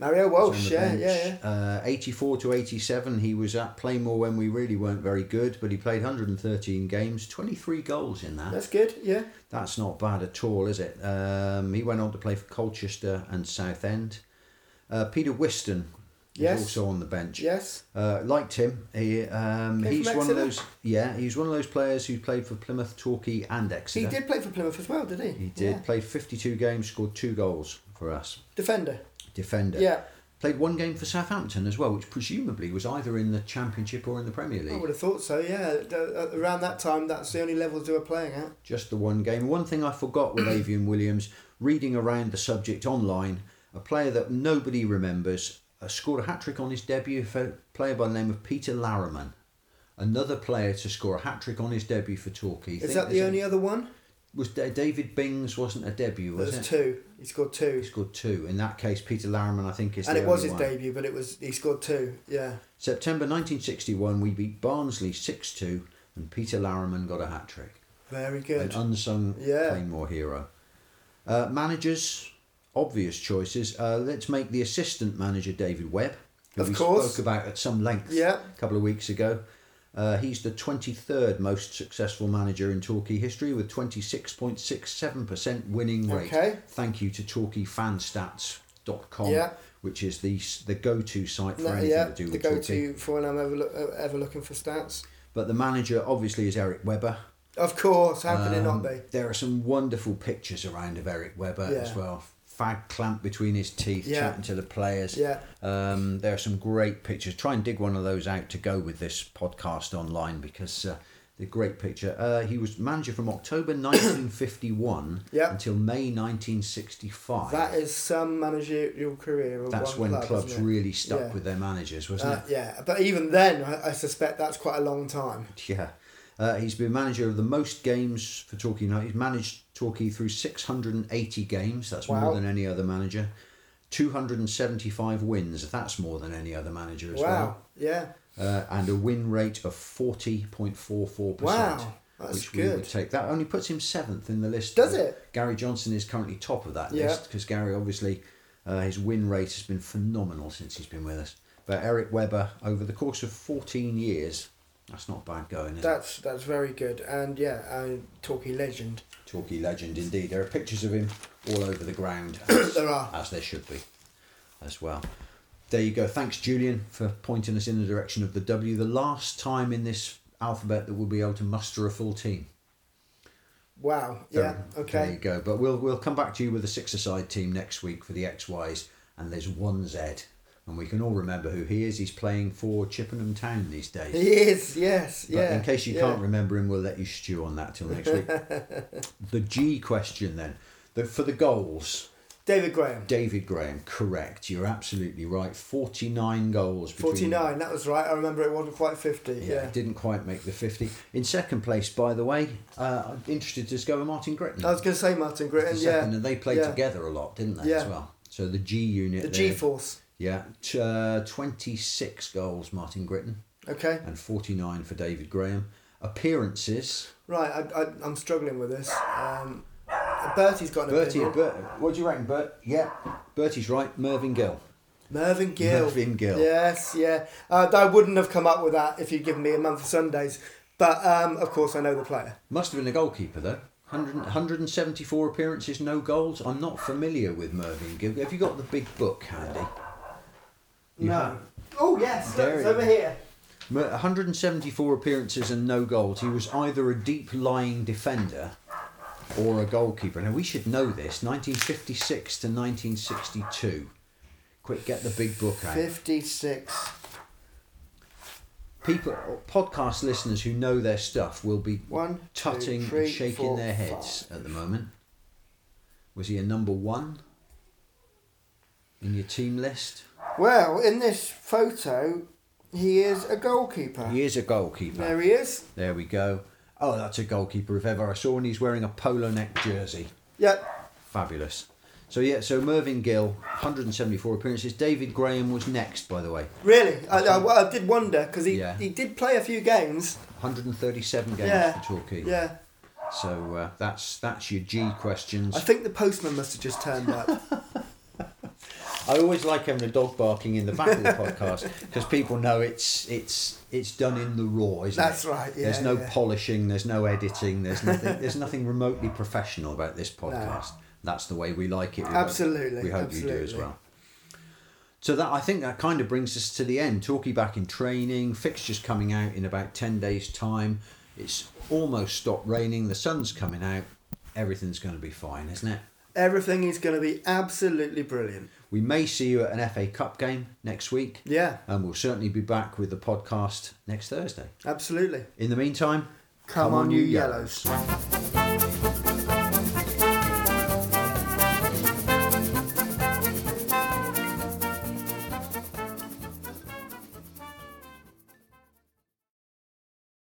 [SPEAKER 4] Mario
[SPEAKER 1] was
[SPEAKER 4] Walsh,
[SPEAKER 1] on the
[SPEAKER 4] yeah,
[SPEAKER 1] bench.
[SPEAKER 4] yeah, yeah.
[SPEAKER 1] Uh, 84 to 87, he was at Playmore when we really weren't very good, but he played 113 games, 23 goals in that.
[SPEAKER 4] That's good, yeah.
[SPEAKER 1] That's not bad at all, is it? Um, he went on to play for Colchester and Southend. Uh, Peter Whiston is
[SPEAKER 4] Yes.
[SPEAKER 1] also on the bench.
[SPEAKER 4] Yes.
[SPEAKER 1] Uh, liked him. He um,
[SPEAKER 4] Came
[SPEAKER 1] he's
[SPEAKER 4] from
[SPEAKER 1] one of
[SPEAKER 4] Exeter?
[SPEAKER 1] those. Yeah, he's one of those players who played for Plymouth, Torquay, and
[SPEAKER 4] He
[SPEAKER 1] Exeter.
[SPEAKER 4] did play for Plymouth as well, did he?
[SPEAKER 1] He did.
[SPEAKER 4] Yeah.
[SPEAKER 1] Played 52 games, scored two goals for us.
[SPEAKER 4] Defender.
[SPEAKER 1] Defender.
[SPEAKER 4] Yeah.
[SPEAKER 1] Played one game for Southampton as well, which presumably was either in the Championship or in the Premier
[SPEAKER 4] I
[SPEAKER 1] League.
[SPEAKER 4] would have thought so, yeah. D- uh, Around that time, that's the only levels they were playing at.
[SPEAKER 1] Just the one game. One thing I forgot with Avian Williams, reading around the subject online, a player that nobody remembers uh, scored a hat trick on his debut for a player by the name of Peter Larriman. Another player to score a hat trick on his debut for Torquay.
[SPEAKER 4] Is that the only other one?
[SPEAKER 1] Was Da- David Bings wasn't a debut, was
[SPEAKER 4] There's
[SPEAKER 1] it?
[SPEAKER 4] two. He scored two.
[SPEAKER 1] He scored two. In that case, Peter Larriman, I think, is
[SPEAKER 4] And
[SPEAKER 1] the
[SPEAKER 4] it was
[SPEAKER 1] only
[SPEAKER 4] his
[SPEAKER 1] one.
[SPEAKER 4] debut, but it was he scored two, yeah.
[SPEAKER 1] September 1961, we beat Barnsley 6 2, and Peter Larriman got a hat trick.
[SPEAKER 4] Very
[SPEAKER 1] An
[SPEAKER 4] good.
[SPEAKER 1] unsung
[SPEAKER 4] Yeah.
[SPEAKER 1] Claymore hero. Uh, managers, obvious choices. Uh, let's make the assistant manager David Webb, who
[SPEAKER 4] Of
[SPEAKER 1] we
[SPEAKER 4] course.
[SPEAKER 1] spoke about at some length
[SPEAKER 4] Yeah.
[SPEAKER 1] a couple of weeks ago. Uh, he's the 23rd most successful manager in Torquay history with 26.67% winning rate.
[SPEAKER 4] Okay.
[SPEAKER 1] Thank you to TorquayFanstats.com,
[SPEAKER 4] Yeah.
[SPEAKER 1] which is the, the go to site for
[SPEAKER 4] No,
[SPEAKER 1] anything
[SPEAKER 4] yeah,
[SPEAKER 1] to do
[SPEAKER 4] the
[SPEAKER 1] with
[SPEAKER 4] go
[SPEAKER 1] Torquay.
[SPEAKER 4] to for when I'm ever, look, uh, ever looking for stats.
[SPEAKER 1] But the manager obviously is Eric Webber.
[SPEAKER 4] Of course, how could it
[SPEAKER 1] Um,
[SPEAKER 4] not be?
[SPEAKER 1] There are some wonderful pictures around of Eric Webber
[SPEAKER 4] Yeah.
[SPEAKER 1] as well. Fag clamped between his teeth,
[SPEAKER 4] Yeah.
[SPEAKER 1] chatting to the players.
[SPEAKER 4] Yeah.
[SPEAKER 1] Um, there are some great pictures. Try and dig one of those out to go with this podcast online because uh, the great picture. Uh, he was manager from October 1951
[SPEAKER 4] Yeah.
[SPEAKER 1] until May 1965.
[SPEAKER 4] That is some managerial career. Of
[SPEAKER 1] That's when
[SPEAKER 4] one club,
[SPEAKER 1] clubs
[SPEAKER 4] isn't it?
[SPEAKER 1] really stuck
[SPEAKER 4] Yeah.
[SPEAKER 1] with their managers, wasn't
[SPEAKER 4] Uh,
[SPEAKER 1] it?
[SPEAKER 4] yeah, but even then, I, I suspect that's quite a long time.
[SPEAKER 1] Yeah. Uh, he's been manager of the most games for Torquay United. He's managed Torquay through 680 games. That's more
[SPEAKER 4] Wow.
[SPEAKER 1] than any other manager. 275 wins. That's more than any other manager as
[SPEAKER 4] Wow. Yeah.
[SPEAKER 1] well. Uh, and a win rate of 40.44%.
[SPEAKER 4] Wow, that's
[SPEAKER 1] which we
[SPEAKER 4] good.
[SPEAKER 1] would take. That only puts him seventh in the list.
[SPEAKER 4] Does it?
[SPEAKER 1] Gary Johnson is currently top of that
[SPEAKER 4] Yeah.
[SPEAKER 1] list because Gary, obviously, uh, his win rate has been phenomenal since he's been with us. But Eric Webber, over the course of 14 years, that's not bad going, is it?
[SPEAKER 4] That's that's very good, and yeah, I talkie legend.
[SPEAKER 1] Torquay legend indeed. There are pictures of him all over the ground. As,
[SPEAKER 4] There are.
[SPEAKER 1] As there should be as well. There you go. Thanks, Julian, for pointing us in the direction of the W. The last time in this alphabet that we'll be able to muster a full team.
[SPEAKER 4] Wow.
[SPEAKER 1] So,
[SPEAKER 4] yeah.
[SPEAKER 1] There you
[SPEAKER 4] Okay.
[SPEAKER 1] go. But we'll we'll come back to you with the six aside team next week for the XYs, and there's one Z, and we can all remember who he is. He's playing for Chippenham Town these days.
[SPEAKER 4] He is. Yes.
[SPEAKER 1] But
[SPEAKER 4] yeah.
[SPEAKER 1] in case you
[SPEAKER 4] yeah.
[SPEAKER 1] can't remember him, we'll let you stew on that till next week. the G question then. The, for the goals,
[SPEAKER 4] David Graham.
[SPEAKER 1] David Graham, correct. You're absolutely right. 49 goals. between-
[SPEAKER 4] 49, that was right. I remember it wasn't quite 50.
[SPEAKER 1] Yeah,
[SPEAKER 4] Yeah.
[SPEAKER 1] didn't quite make the 50. In second place, by the way, uh, I'm interested to discover Martin Gretton.
[SPEAKER 4] I was going to say Martin Gritton,
[SPEAKER 1] second,
[SPEAKER 4] yeah.
[SPEAKER 1] and they played
[SPEAKER 4] yeah.
[SPEAKER 1] together a lot, didn't they, as
[SPEAKER 4] Yeah.
[SPEAKER 1] well? So the G unit.
[SPEAKER 4] The
[SPEAKER 1] there,
[SPEAKER 4] G Force.
[SPEAKER 1] Yeah, t- uh, 26 goals, Martin Gritton,
[SPEAKER 4] Okay.
[SPEAKER 1] and 49 for David Graham. Appearances.
[SPEAKER 4] Right, I, I, I'm struggling with this. Um, Bertie's got an
[SPEAKER 1] Bertie,
[SPEAKER 4] opinion.
[SPEAKER 1] Bert, what do you reckon, Bert? Yeah, Bertie's right. Mervyn Gill.
[SPEAKER 4] Mervyn Gill.
[SPEAKER 1] Mervyn Gill.
[SPEAKER 4] Yes, yeah. Uh, I wouldn't have come up with that if you'd given me a month of Sundays. But um, of course, I know the player.
[SPEAKER 1] Must have been a goalkeeper though. 100, 174 appearances, no goals. I'm not familiar with Mervyn Gill. Have you got the big book handy? You have.
[SPEAKER 4] Oh, yes, look,
[SPEAKER 1] There it
[SPEAKER 4] it's over
[SPEAKER 1] is.
[SPEAKER 4] here.
[SPEAKER 1] Mer- 174 appearances and no goals. He was either a deep lying defender or a goalkeeper. Now we should know this. 1956 to 1962. Quick, get the big book out.
[SPEAKER 4] 56.
[SPEAKER 1] People, podcast listeners who know their stuff will be
[SPEAKER 4] One, two,
[SPEAKER 1] tutting
[SPEAKER 4] three,
[SPEAKER 1] and shaking
[SPEAKER 4] four,
[SPEAKER 1] their heads at the moment. Was he a number one in your team list?
[SPEAKER 4] Well, in this photo, he is a goalkeeper.
[SPEAKER 1] He is a goalkeeper.
[SPEAKER 4] There he is.
[SPEAKER 1] There we go. Oh, that's a goalkeeper if ever I saw, and he's wearing a polo neck jersey.
[SPEAKER 4] Yep,
[SPEAKER 1] Fabulous. So yeah, so Mervyn Gill, 174 appearances. David Graham was next, by the way,
[SPEAKER 4] Really, I, I, I did wonder because he,
[SPEAKER 1] Yeah.
[SPEAKER 4] he did play a few games.
[SPEAKER 1] 137 games
[SPEAKER 4] Yeah,
[SPEAKER 1] for Torquay.
[SPEAKER 4] yeah.
[SPEAKER 1] So uh, that's that's your G questions.
[SPEAKER 4] I think the postman must have just turned up.
[SPEAKER 1] I always like having a dog barking in the back of the podcast because people know it's it's it's done in the raw, isn't
[SPEAKER 4] That's
[SPEAKER 1] it?
[SPEAKER 4] right, yeah,
[SPEAKER 1] there's no
[SPEAKER 4] yeah.
[SPEAKER 1] polishing, there's no editing, there's nothing there's nothing remotely professional about this podcast. That's the way we like it. We hope-
[SPEAKER 4] Absolutely,
[SPEAKER 1] we hope you do as
[SPEAKER 4] absolutely.
[SPEAKER 1] well. So that I think that kind of brings us to the end. Talkie back in training, fixtures coming out in about ten days' time. It's almost stopped raining, the sun's coming out, everything's going to be fine, isn't it?
[SPEAKER 4] Everything is going to be absolutely brilliant.
[SPEAKER 1] We may see you at an FA Cup game next week.
[SPEAKER 4] Yeah,
[SPEAKER 1] And we'll certainly be back with the podcast next Thursday.
[SPEAKER 4] absolutely.
[SPEAKER 1] In the meantime,
[SPEAKER 4] Come, on, you yellows.
[SPEAKER 1] yellows.